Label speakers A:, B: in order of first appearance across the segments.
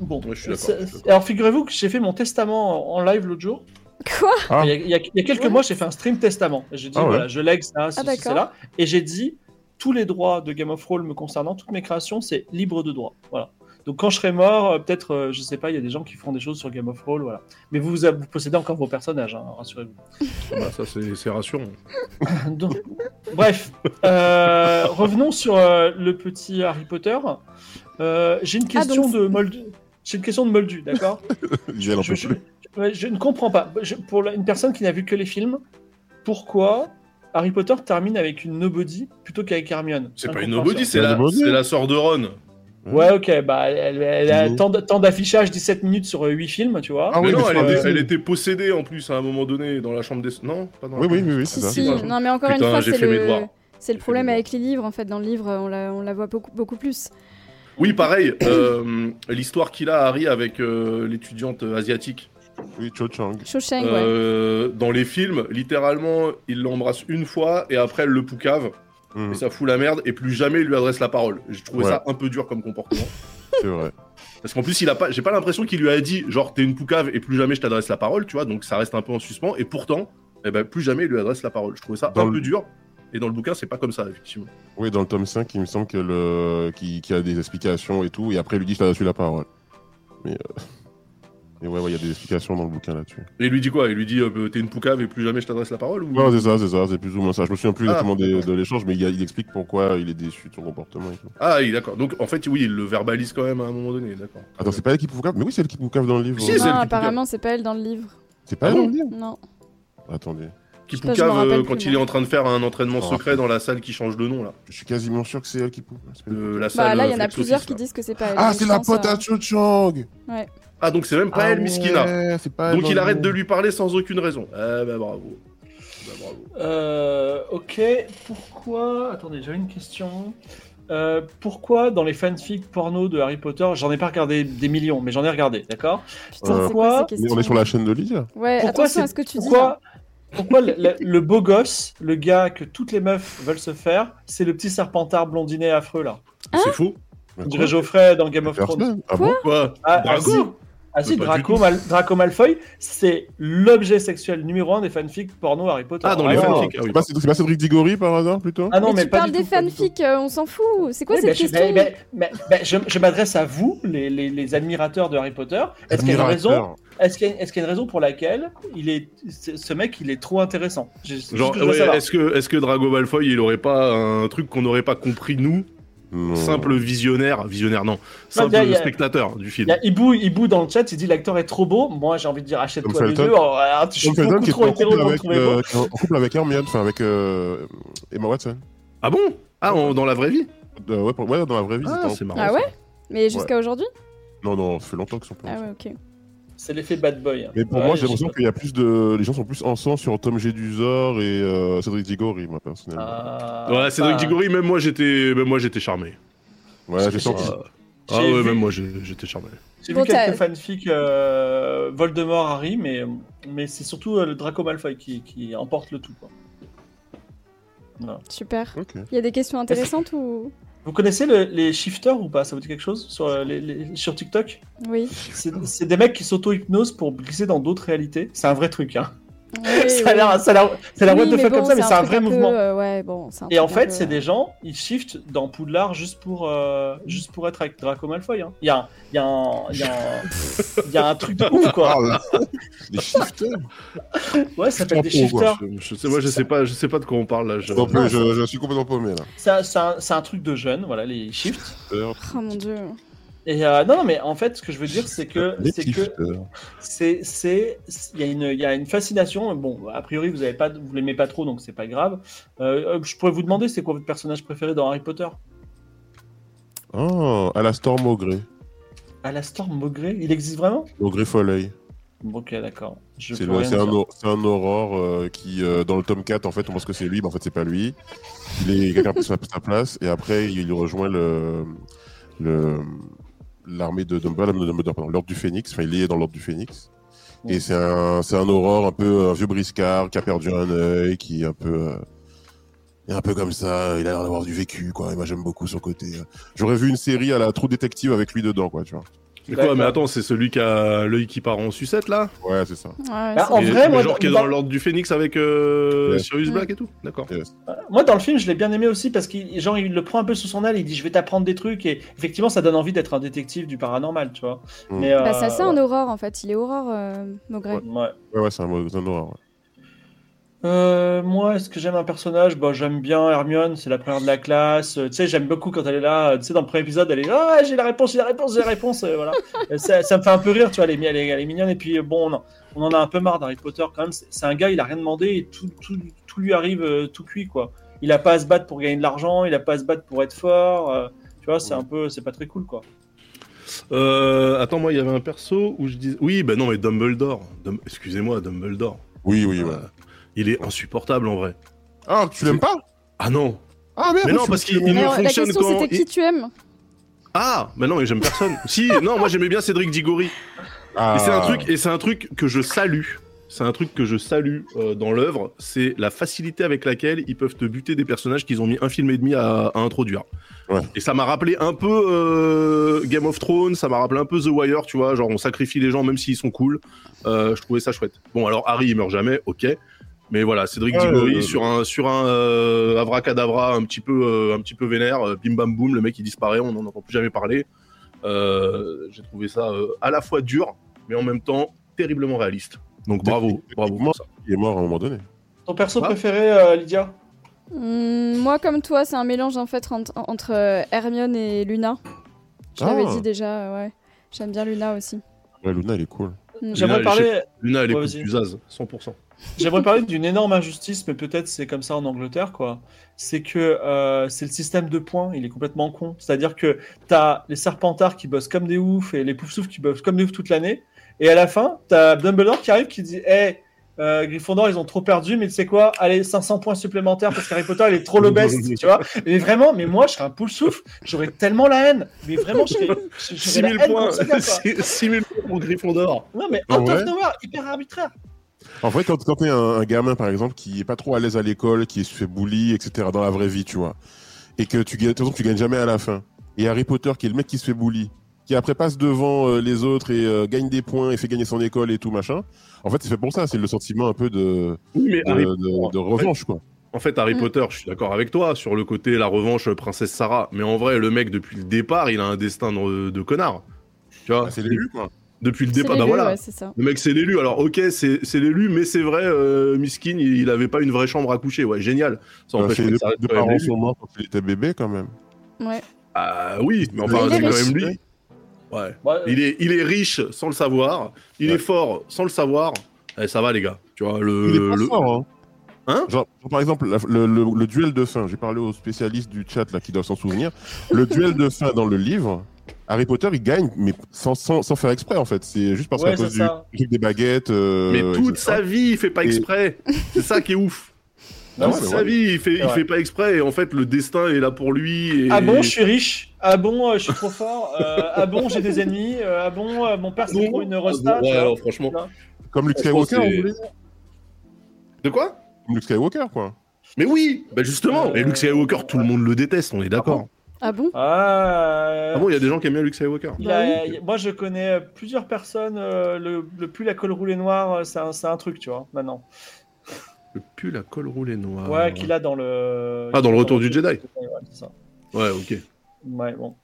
A: Bon.
B: Ouais, je suis d'accord,
A: Ça-
B: je suis d'accord.
A: Alors figurez-vous que j'ai fait mon testament en en live l'autre jour.
C: Quoi
D: Ah.
A: Il, y a, il y a- il y a quelques mois, j'ai fait un stream testament. Et J'ai dit,
D: Ah ouais.
A: voilà, je lègue ça, ceci,
C: d'accord.
A: cela. Et j'ai dit, tous les droits de Game of Thrones me concernant, toutes mes créations, c'est libre de droit. Voilà. Donc quand je serai mort, euh, peut-être, euh, je sais pas, il y a des gens qui feront des choses sur Game of Thrones, voilà. Mais vous, vous, vous possédez encore vos personnages, hein, rassurez-vous.
B: Voilà, ça, c'est c'est rassurant.
A: Donc, bref, euh, revenons sur euh, le petit Harry Potter. Euh, j'ai une
C: Ah,
A: question
C: donc-
A: de Moldu. J'ai une question de Moldu, d'accord
E: Ils en
A: je,
E: peut
A: je-
E: plus.
A: ouais, je ne comprends pas. Je- pour la- une personne qui n'a vu que les films, pourquoi Harry Potter termine avec une nobody plutôt qu'avec Hermione
B: C'est pas une
A: Incompréhension.
B: nobody, c'est
D: Pas
B: la,
D: nobody.
B: c'est la sorderonne.
A: Ouais, ok, bah, elle, elle a
E: Mmh.
A: tant d- tant d'affichage, 17 minutes sur 8 films, tu vois.
D: Ah
B: mais
D: oui,
B: non,
D: mais
B: elle,
D: c'est pas
B: était-
D: possible.
B: elle était possédée en plus à un moment donné dans la chambre des. Non, pas dans la
E: Oui, oui,
B: chambre.
E: oui, oui, c'est
C: Si,
E: ça.
C: si.
B: ça.
C: Non, mais encore une
B: Putain,
C: fois,
B: j'ai
C: c'est
B: fait mes
C: le...
B: devoirs.
C: c'est le
B: J'ai fait
C: problème
B: mes
C: avec les livres. En fait, dans le livre, on la, on la voit beaucoup, beaucoup plus.
B: Oui, pareil, euh, l'histoire qu'il a, Harry, avec euh, l'étudiante asiatique.
E: Oui, Cho Chang.
C: Shawshank, ouais.
B: Euh, dans les films, littéralement, il l'embrasse une fois et après, elle le poucave.
E: Mm,
B: Et ça fout la merde et plus jamais il lui adresse la parole. J'ai trouvé
E: Ouais.
B: ça un peu dur comme comportement.
E: c'est vrai.
B: Parce qu'en plus, il a pas, j'ai pas l'impression qu'il lui a dit genre t'es une poucave et plus jamais je t'adresse la parole, tu vois. Donc ça reste un peu en suspens. Et pourtant, eh ben, plus jamais il lui adresse la parole. Je trouvais ça
E: Dans
B: un
E: le-
B: peu dur. Et dans le bouquin, c'est pas comme ça, effectivement.
E: Oui, dans le tome 5, il me semble qu'il le... qu'il- qu'il y a des explications et tout, et après, il lui dit, je t'ai reçu la parole. Mais. euh, Mais ouais, ouais, il y a des explications dans le bouquin là-dessus.
B: Et il lui dit quoi Il lui dit euh, t'es une poucave et plus jamais je t'adresse la parole ou...
E: Ouais, c'est ça, c'est ça, c'est plus ou moins ça. Je me souviens plus
B: Ah,
E: exactement des-
B: d'accord.
E: de l'échange, mais il, y a- il explique pourquoi il est déçu de son comportement et tout.
B: Ah, oui, d'accord. Donc en fait, oui, il le verbalise quand même à un moment donné, d'accord.
E: Attends, c'est pas elle qui poucave Mais oui, c'est elle qui poucave dans le livre.
B: Si, c'est elle
C: Non,
B: qui
C: apparemment, c'est pas elle dans le livre.
E: C'est pas elle
B: Ah
E: dans
B: bon
E: le livre
C: Non.
E: Attendez.
B: Qui
C: Je sais pas, je m'en
B: poucave euh,
C: rappelle
B: quand
C: plus,
B: il est
C: moi.
B: en train de faire un entraînement
E: Oh.
B: secret dans la salle qui change de nom là.
E: Je suis quasiment sûr que c'est elle qui poucave. C'est pas elle.
B: Euh, la
C: Bah
B: salle,
C: là,
B: euh,
C: il y en a
B: flex
C: plusieurs
B: office,
C: qui
B: là.
C: disent que c'est pas elle.
E: Ah,
C: donc
E: c'est
C: je
E: la
C: pense,
E: pote
C: euh,
E: à Cho Chang
B: Ah donc c'est même pas
E: Ah
B: elle, Miskina.
E: ouais, c'est pas elle
B: Donc
E: dans
B: il
E: le
B: arrête
E: livre.
B: de lui parler sans aucune raison. Eh ben bravo. Bah, bravo.
A: Euh, ok, pourquoi Attendez, j'avais une question. Euh, pourquoi dans les fanfics porno de Harry Potter, j'en ai pas regardé des millions, mais j'en ai regardé, d'accord
C: Putain, c'est
A: Pourquoi
C: quoi ces
E: Mais on est sur
C: questions
E: la chaîne de Lydia.
C: Ouais,
A: Pourquoi
C: attention
A: c'est-
C: à ce que tu dis. là.
A: Pourquoi, pourquoi le, le- le beau gosse, le gars que toutes les meufs veulent se faire, c'est le petit serpentard blondinet affreux là
C: Hein
B: c'est faux.
E: Mais
A: On dirait Geoffrey dans Game of Thrones.
E: Personne. Ah
C: Quoi
E: bon
B: Quoi
A: Ah, ah, si.
B: Drago
A: Ah si,
B: Pas du
A: Draco,
B: tout.
A: Mal- Draco Malfoy, c'est l'objet sexuel numéro un des fanfics porno Harry Potter.
B: Ah, dans les
A: Vraiment.
B: fanfics. Ah, oui.
E: C'est pas- C'est pas Cédric Diggory par hasard plutôt
A: Ah non, mais,
C: tu
A: pas
C: parles
A: du
C: des
A: tout, pas du tout.
C: fanfics, euh, on s'en fout. C'est quoi
A: Oui,
C: cette
A: bah, je-
C: question
A: bah, bah, bah, bah, Je, je m'adresse à vous, les, les- les admirateurs de Harry Potter. Est-ce qu'il y a une raison
E: Admirateur.
A: Est-ce qu'il y, a- est-ce qu'il y a une raison pour laquelle il est ce ce mec il est trop intéressant J'ai- c'est
B: Genre,
A: tout ce que je veux
B: ouais,
A: savoir.
B: est-ce que, est que Drago Malfoy, il aurait pas un truc qu'on n'aurait pas compris, nous,
E: Non.
B: simple visionnaire, visionnaire non, simple
A: bien, il Bah, y a-
B: spectateur du
A: Il
B: film
A: y a Ibu, Ibu dans le chat, il dit l'acteur est trop beau. Moi j'ai envie de dire achète-toi
E: Tom
A: les
E: Felton.
A: deux. Oh, alors, je suis
E: Tom Felton
A: beaucoup
E: qui est
A: trop
E: en
A: hétéro
E: couple,
A: pour le
E: avec,
A: trouver beau.
E: euh, qui est en couple avec Hermione, enfin avec euh, Emma Watson.
B: Ah bon Ah, en- dans la vraie vie
E: Euh, ouais, pour- ouais, dans la vraie vie.
B: Ah,
E: ils étaient en-
B: c'est marrant.
C: Ah ouais Mais jusqu'à aujourd'hui
E: Non, non, ça fait longtemps qu'ils sont pas.
C: Ah
E: ensemble.
C: ouais, ok.
A: C'est l'effet bad boy. hein.
E: Mais pour
A: Ouais,
E: moi, j'ai
A: je-
E: l'impression qu'il y a plus de. Les gens sont plus ensemble sur Tom Géduzor et euh, Cédric Diggory, moi personnellement.
A: Ah,
B: Ouais, Cédric
A: enfin,
B: Diggory, même moi, j'étais même moi, j'étais charmé.
E: ouais, j'ai
A: j'ai-
E: senti.
B: Ah, ah
A: J'ai
B: ouais,
A: vu-
B: même moi, j'ai- j'étais charmé.
A: J'ai
C: Bon,
A: vu quelques
C: t'as-
A: fanfics euh, Voldemort Harry, mais, mais c'est surtout euh, le Draco Malfoy qui, qui emporte le tout. quoi.
C: Super.
E: Ok.
C: Il y a des questions intéressantes ou.
A: Vous connaissez le- les shifters ou pas Ça vous dit quelque chose sur, euh, les- les- sur TikTok
C: Oui.
A: C'est c'est des mecs qui s'auto-hypnosent pour glisser dans d'autres réalités. C'est un vrai truc. Hein.
C: Oui,
A: ça a
C: oui.
A: l'air ça a l'air- ça a l'air
C: Oui,
A: what the
C: mais
A: fuck
C: bon,
A: comme ça, mais c'est un vrai
C: truc peu,
A: mouvement.
C: euh, ouais, bon, c'est un
A: Et en
C: truc un
A: fait,
C: peu, euh,
A: c'est des gens, ils shiftent dans Poudlard juste pour, euh, juste pour être avec Draco Malfoy. hein. Il y a un- il y, a un- il y, a un- il y a un truc de ouf,
E: Ah,
A: quoi.
E: Des shifters
A: Ouais, ça s'appelle des
E: Je comprends,
A: shifters.
B: Oh, bah, Je- Je sais, moi, je sais pas, je sais pas de quoi on parle là. je-
E: Non plus, je, je suis complètement paumé là.
A: C'est un- c'est un, c'est un truc de jeunes, voilà, les shifts.
E: Shifters.
C: Oh mon dieu.
A: Et euh, non, non, mais en fait, ce que je veux dire, c'est que
E: Les
A: c'est que
E: shifters.
A: c'est c'est il y a une il y a une fascination. Bon, a priori, vous avez pas vous l'aimez pas trop, donc c'est pas grave. Euh, je pourrais vous demander, c'est quoi votre personnage préféré dans Harry Potter
E: Oh, à la Storm au gré.
A: Alastor Maugré, il existe vraiment
E: Au gré Foley.
A: Ok, d'accord. Je
E: C'est
A: peux
E: le-
A: rien
E: c'est un,
A: dire.
E: au- c'est un aurore euh, qui, euh, dans le tome 4, en fait, on pense que c'est lui, mais en fait, c'est pas lui. Il est quelqu'un prend sa, sa place, et après, il rejoint le. le- l'armée de Dumbledore, pas Dumbledore, pardon, l'ordre du Phénix, enfin il est dans l'ordre du Phénix,
A: Ouais.
E: et c'est un, c'est un aurore un peu un vieux briscard qui a perdu un œil, qui est un peu, euh, est un peu comme ça, il a l'air d'avoir du vécu quoi, et moi j'aime beaucoup son côté. euh. J'aurais vu une série à la Trou Détective avec lui dedans quoi, tu vois.
B: Mais quoi, mais
A: D'accord.
B: attends, c'est celui qui a l'œil qui part en sucette là
E: Ouais, c'est ça.
C: Ouais,
A: Bah,
C: c'est-
A: en
B: Et-
A: vrai,
B: mais
A: moi,
B: Genre qui est
A: dans-
B: dans l'ordre du phénix avec euh,
E: Ouais.
B: Sirius
C: Mm.
B: Black et tout D'accord.
E: Yes.
A: Euh, Moi, dans le film, je l'ai bien aimé aussi parce qu'il genre, il le prend un peu sous son aile. Il dit Je vais t'apprendre des trucs. Et effectivement, ça donne envie d'être un détective du paranormal, tu vois.
E: Mm.
A: Mais,
C: Bah,
A: euh,
C: ça, c'est un aurore en fait. Il est aurore, euh, Maugrey.
A: ouais.
E: Ouais, ouais, c'est un, c'est un horreur. ouais.
A: Euh, moi, est-ce que j'aime un personnage bah, J'aime bien Hermione, c'est la première de la classe. Euh, tu sais, j'aime beaucoup quand elle est là. Euh, Tu sais, dans le premier épisode, elle est Ah, j'ai la réponse, j'ai la réponse, j'ai la réponse. Euh, voilà. Euh, ça, ça me fait un peu rire, tu vois, elle est, mi- elle est- elle est mignonne. Et puis, euh, bon, on en, on en a un peu marre d'Harry Potter quand même. C'est c'est un gars, il a rien demandé et tout, tout, tout lui arrive euh, tout cuit, quoi. Il a pas à se battre pour gagner de l'argent, il a pas à se battre pour être fort. euh, tu vois, c'est un peu, c'est pas très cool, quoi.
B: Euh, attends, moi, il y avait un perso où je disais. Oui, bah non, mais Dumbledore. Dum- Excusez-moi, Dumbledore.
E: Oui, oui, ouais.
B: Euh, il est insupportable en vrai.
E: Ah, tu l'aimes pas
B: Ah non
E: Ah, merde.
B: Mais non,
E: tu-
B: parce
E: tu
B: qu'il-
E: l'aimes
B: il-
E: bien.
C: Alors, euh, la
B: fonctionne
C: question,
B: quand
C: c'était
B: il-
C: qui tu aimes
B: Ah Bah non, mais j'aime personne. si, non, moi j'aimais bien Cédric Diggory.
E: Ah.
B: Et c'est un truc, et c'est un truc que je salue. C'est un truc que je salue euh, dans l'œuvre, c'est la facilité avec laquelle ils peuvent te buter des personnages qu'ils ont mis un film et demi à, à introduire.
E: Ouais.
B: Et ça m'a rappelé un peu euh, Game of Thrones, ça m'a rappelé un peu The Wire, tu vois, genre on sacrifie les gens même s'ils sont cool. Euh, je trouvais ça chouette. Bon, alors Harry il meurt jamais, ok. Mais voilà, Cédric
E: Ouais,
B: Diggory
E: ouais, ouais.
B: sur un sur un euh, abracadabra un petit peu euh, un petit peu vénère, euh, bim bam boum, le mec il disparaît, on n'en entend plus jamais parler. Euh, J'ai trouvé ça euh, à la fois dur, mais en même temps terriblement réaliste. Donc bravo, bravo. pour ça.
E: Il est mort à un moment donné.
A: Ton perso
B: Ah.
A: préféré, euh, Lydia
C: Hmm, Moi, comme toi, c'est un mélange en fait entre, entre, euh, Hermione et Luna. Je l'avais
E: Ah.
C: dit déjà, euh, ouais. J'aime bien Luna aussi. Hmm.
E: Ouais, Luna, elle est cool.
A: J'aimerais
B: elle est
A: parler.
B: Luna elle
A: Ouais,
B: écoute
A: vas-y.
B: du Zaz, 100%.
A: J'aimerais parler d'une énorme injustice, mais peut-être c'est comme ça en Angleterre, quoi. C'est que euh, c'est le système de points, il est complètement con. C'est-à-dire que t'as les Serpentards qui bossent comme des oufs et les Poufsouffles qui bossent comme des oufs toute l'année, et à la fin, t'as Dumbledore qui arrive qui dit Hey, euh, Gryffondor, ils ont trop perdu, mais tu sais quoi Allez, 500 points supplémentaires parce qu'Harry Potter, il est trop le best, tu vois. Mais vraiment, mais moi, je serais un Poufsouffle, j'aurais tellement la haine, mais vraiment, je serais. je- j'aurais
B: 6000
A: la haine
B: points,
A: contre ce gars, quoi.
B: 6000 points pour Gryffondor.
A: Non, mais
E: Ah
A: out of
E: ouais
A: nowhere, hyper arbitraire.
E: En vrai, quand, quand t'es un, un gamin, par exemple, qui est pas trop à l'aise à l'école, qui se fait bully, etc., dans la vraie vie, tu vois, et que tu gagnes, de toute façon, tu gagnes jamais à la fin, et Harry Potter, qui est le mec qui se fait bully, qui après passe devant euh, les autres et euh, gagne des points et fait gagner son école et tout, machin, en fait, c'est fait pour ça, c'est le sentiment un peu de,
B: Oui, mais
E: de,
B: Harry
E: de- de revanche, quoi.
B: Euh, En fait, Harry
C: Mm.
B: Potter, je suis d'accord avec toi sur le côté la revanche euh, princesse Sarah, mais en vrai, le mec depuis le départ, il a un destin de, de connard. Tu vois,
E: Ah, c'est l'élu, quoi.
B: depuis le
C: C'est
B: départ,
C: les
B: bah
C: deux,
B: voilà.
C: ouais, c'est ça.
B: Le mec, c'est l'élu. Alors, ok, c'est c'est l'élu, mais c'est vrai, euh, Miskin, il, il avait pas une vraie chambre à coucher. Ouais, génial. Ça
E: Euh,
B: empêche
E: ses
B: pas que
E: deux,
B: ça reste
E: deux
B: quand même
E: parents
B: l'élu.
E: sont morts quand il était bébé, quand même.
C: Ouais.
B: Ah oui, mais
E: Mais
B: enfin,
C: il est
B: c'est quand même
C: riche.
B: lui. Ouais.
A: Ouais,
B: Il est, il est riche sans le savoir. Il
E: Ouais.
B: est fort sans le savoir. Eh, ça va, les gars. Tu vois, le.
E: Il est pas
B: Euh, le-
E: fort, hein.
B: Hein
E: Genre, genre, par exemple, la- le, le- le duel de fin, j'ai parlé aux spécialistes du chat là qui doivent s'en souvenir. Le duel de fin dans le livre, Harry Potter il gagne, mais sans, sans, sans faire exprès en fait. C'est juste parce
A: Ouais,
E: qu'à cause
A: c'est
E: du Ah
A: ça.
E: truc des baguettes. euh,
B: Mais toute
E: etc.
B: sa vie, il fait pas
E: Et-
B: exprès. C'est ça qui est ouf.
E: Ah
B: Toute
E: ouais, mais
B: sa
E: ouais.
B: vie, il fait,
A: C'est
B: il
A: vrai.
B: fait pas exprès. Et en fait, le destin est là pour lui. Et...
A: Ah bon, je suis riche. Ah bon, euh, je suis trop fort. Euh, ah bon, j'ai des ennemis. Euh, ah bon, euh, mon père
B: Ah
A: c'est
B: bon
A: trop une
B: Ah
A: rosta.
B: bon, ouais, alors, franchement.
E: Comme Luke
B: Franchement,
E: Skywalker,
B: c'est-
E: vous voulez dire
B: De quoi
E: Comme Luke Skywalker quoi.
B: Mais oui Bah justement
A: Euh,
B: Et Luke Skywalker, tout le monde le déteste, on est d'accord.
C: Ah bon
A: Ah.
B: Ah bon, il y a des gens qui aiment bien Luke Skywalker.
A: il a- il- moi, je connais euh, plusieurs personnes. euh, le, le pull à col roulé noir, euh, c'est un, c'est un truc, tu vois, maintenant.
B: Le pull à col roulé noir.
A: Ouais, qu'il a dans le.
B: Ah, dans le Retour du Jedi.
A: Ouais, c'est ça.
B: Ouais, ok.
A: Ouais, bon.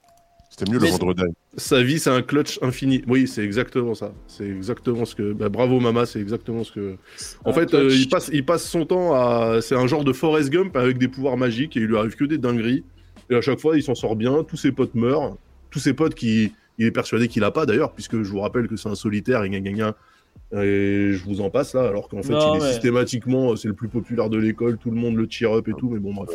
E: C'était mieux le
A: Mais-
E: vendredi.
B: Sa vie, c'est un clutch infini. Oui, c'est exactement ça. C'est exactement ce que. bah, bravo, Mama, c'est exactement ce que. En
A: Un
B: fait,
A: clutch.
B: euh, il, passe, il passe son temps à. C'est un genre de Forrest Gump avec des pouvoirs magiques et il lui arrive que des dingueries. Et à chaque fois, il s'en sort bien. Tous ses potes meurent. Tous ses potes qui. Il est persuadé qu'il a pas d'ailleurs, puisque je vous rappelle que c'est un solitaire et gna gna gna. Et je vous en passe là, alors qu'en fait,
A: Non,
B: il est
A: mais-
B: systématiquement. euh, C'est le plus populaire de l'école. Tout le monde le cheer up et tout. Mais bon, bref.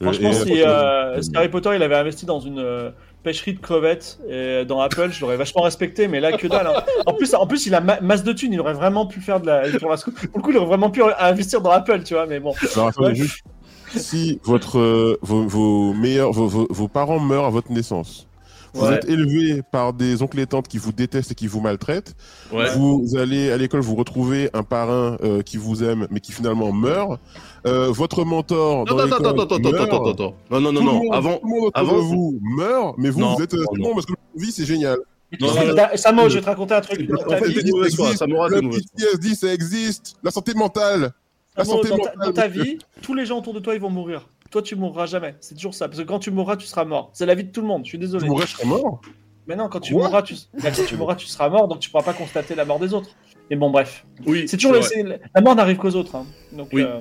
A: Franchement,
E: Et-
A: si, euh, si Harry Potter il avait investi dans une euh, pêcherie de crevettes et euh, dans Apple, je l'aurais vachement respecté, mais là que dalle. hein. En plus, en plus, il a ma- masse de thunes, il aurait vraiment pu faire de la. Pour, la- pour le coup, il aurait vraiment pu euh, investir dans Apple, tu vois. Mais bon,
E: Alors, attendez,
A: Ouais.
E: juste, si votre, euh, vos, vos meilleurs, vos, vos- vos parents meurent à votre naissance, vous
A: Ouais.
E: êtes élevé par des oncles et tantes qui vous détestent et qui vous maltraitent,
B: Ouais.
E: vous allez à l'école, vous retrouvez un parrain euh, qui vous aime mais qui finalement meurt, Euh, votre
B: Attends,
E: mentor dans
B: attends,
E: l'école
B: attends, attends,
E: meurt,
B: attends, attends, attends. Non, non, non,
E: Tout le
B: non.
E: monde-
B: Avant,
E: tout le monde autour
B: avant-
E: de vous meurt, mais vous,
B: Non.
E: vous êtes euh,
B: Non,
E: c'est
B: non.
E: bon parce que votre vie c'est génial.
B: Non, non, non.
A: T'as- Samo, je vais te raconter un truc.
B: En
A: Dans ta
B: fait,
A: vie,
B: t'es une mauvaise foi, ça m'aura
E: Le
B: été une mauvaise foi.
E: PTSD, ça existe. La santé mentale. La
A: Samo,
E: santé
A: dans, ta,
E: mentale.
A: dans ta vie, tous les gens autour de toi, ils vont mourir. Toi, tu mourras jamais. C'est toujours ça. Parce que quand tu mourras, tu seras mort. C'est la vie de tout le monde. Je suis
E: Je
A: désolé.
E: mourrais, je serais mort.
A: Mais non, quand tu,
E: Quoi
A: mourras, tu... bah, quand tu mourras, tu seras mort, donc tu pourras pas constater la mort des autres. Mais bon, bref.
B: Oui,
A: C'est toujours
B: c'est
A: le-
B: vrai.
A: c'est- la mort n'arrive qu'aux autres. hein. Donc,
B: Oui.
A: euh,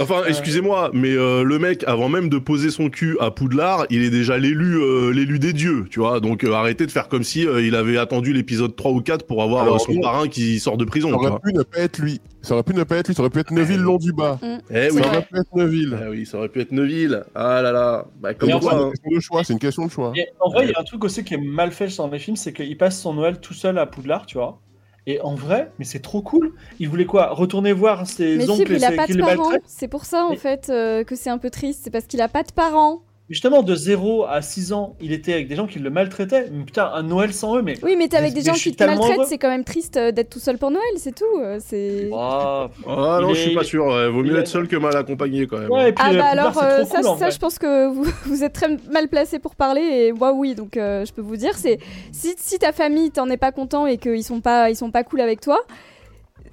B: Enfin,
A: Euh.
B: excusez-moi, mais euh, le mec, avant même de poser son cul à Poudlard, il est déjà l'élu euh, l'élu des dieux, tu vois. Donc euh, arrêtez de faire comme si euh, il avait attendu l'épisode 3 ou 4 pour avoir
E: Alors,
B: euh, son
E: non.
B: parrain qui sort de prison.
E: Ça
B: tu
E: aurait
B: vois.
E: pu ne pas être lui. Ça aurait pu ne pas être lui. Ça aurait pu être Neville long du bas.
B: Eh
C: C'est
B: oui.
C: vrai.
E: Ça aurait pu être Neville.
B: Eh oui, ça aurait pu être Neuville. Ah là là. Bah, comme
A: Mais
E: C'est
A: en
B: quoi,
E: une
B: hein.
E: question de choix. C'est une question de choix.
A: et en vrai, il y a un truc aussi qui est mal fait dans les films, c'est qu'il passe son Noël tout seul à Poudlard, tu vois. Et en vrai, mais c'est trop cool. Il voulait quoi Retourner voir ses
C: Mais si,
A: oncles
C: mais
A: et
C: il a
A: ses-
C: pas
A: qui
C: de
A: les
C: parents.
A: maltraitent.
C: C'est pour ça, en
A: Mais-
C: fait, euh, que c'est un peu triste. C'est parce qu'il a pas de parents.
A: Justement, de 0 à 6 ans, il était avec des gens qui le maltraitaient. Mais putain, un Noël sans eux, mais.
C: Oui, mais t'es avec
A: Mais-
C: des
A: mais
C: gens
A: je suis
C: qui te
A: tellement
C: maltraitent.
A: heureux.
C: C'est quand même triste euh, d'être tout seul pour Noël, c'est tout. euh, C'est.
A: Waouh.
B: Ah non,
A: Il
B: je suis
A: est-
B: pas sûr. ouais. Vaut mieux
A: il est-
B: être seul que mal accompagné quand même.
A: Ouais, et puis,
C: Ah
A: euh,
C: bah
A: Poudlard,
C: alors
A: c'est
C: euh,
A: trop
C: ça,
A: cool, en
C: ça
A: vrai.
C: je pense que vous, vous êtes très mal placé pour parler et moi oui donc euh, je peux vous dire c'est si, si ta famille t'en est pas content et qu'ils sont pas ils sont pas cool avec toi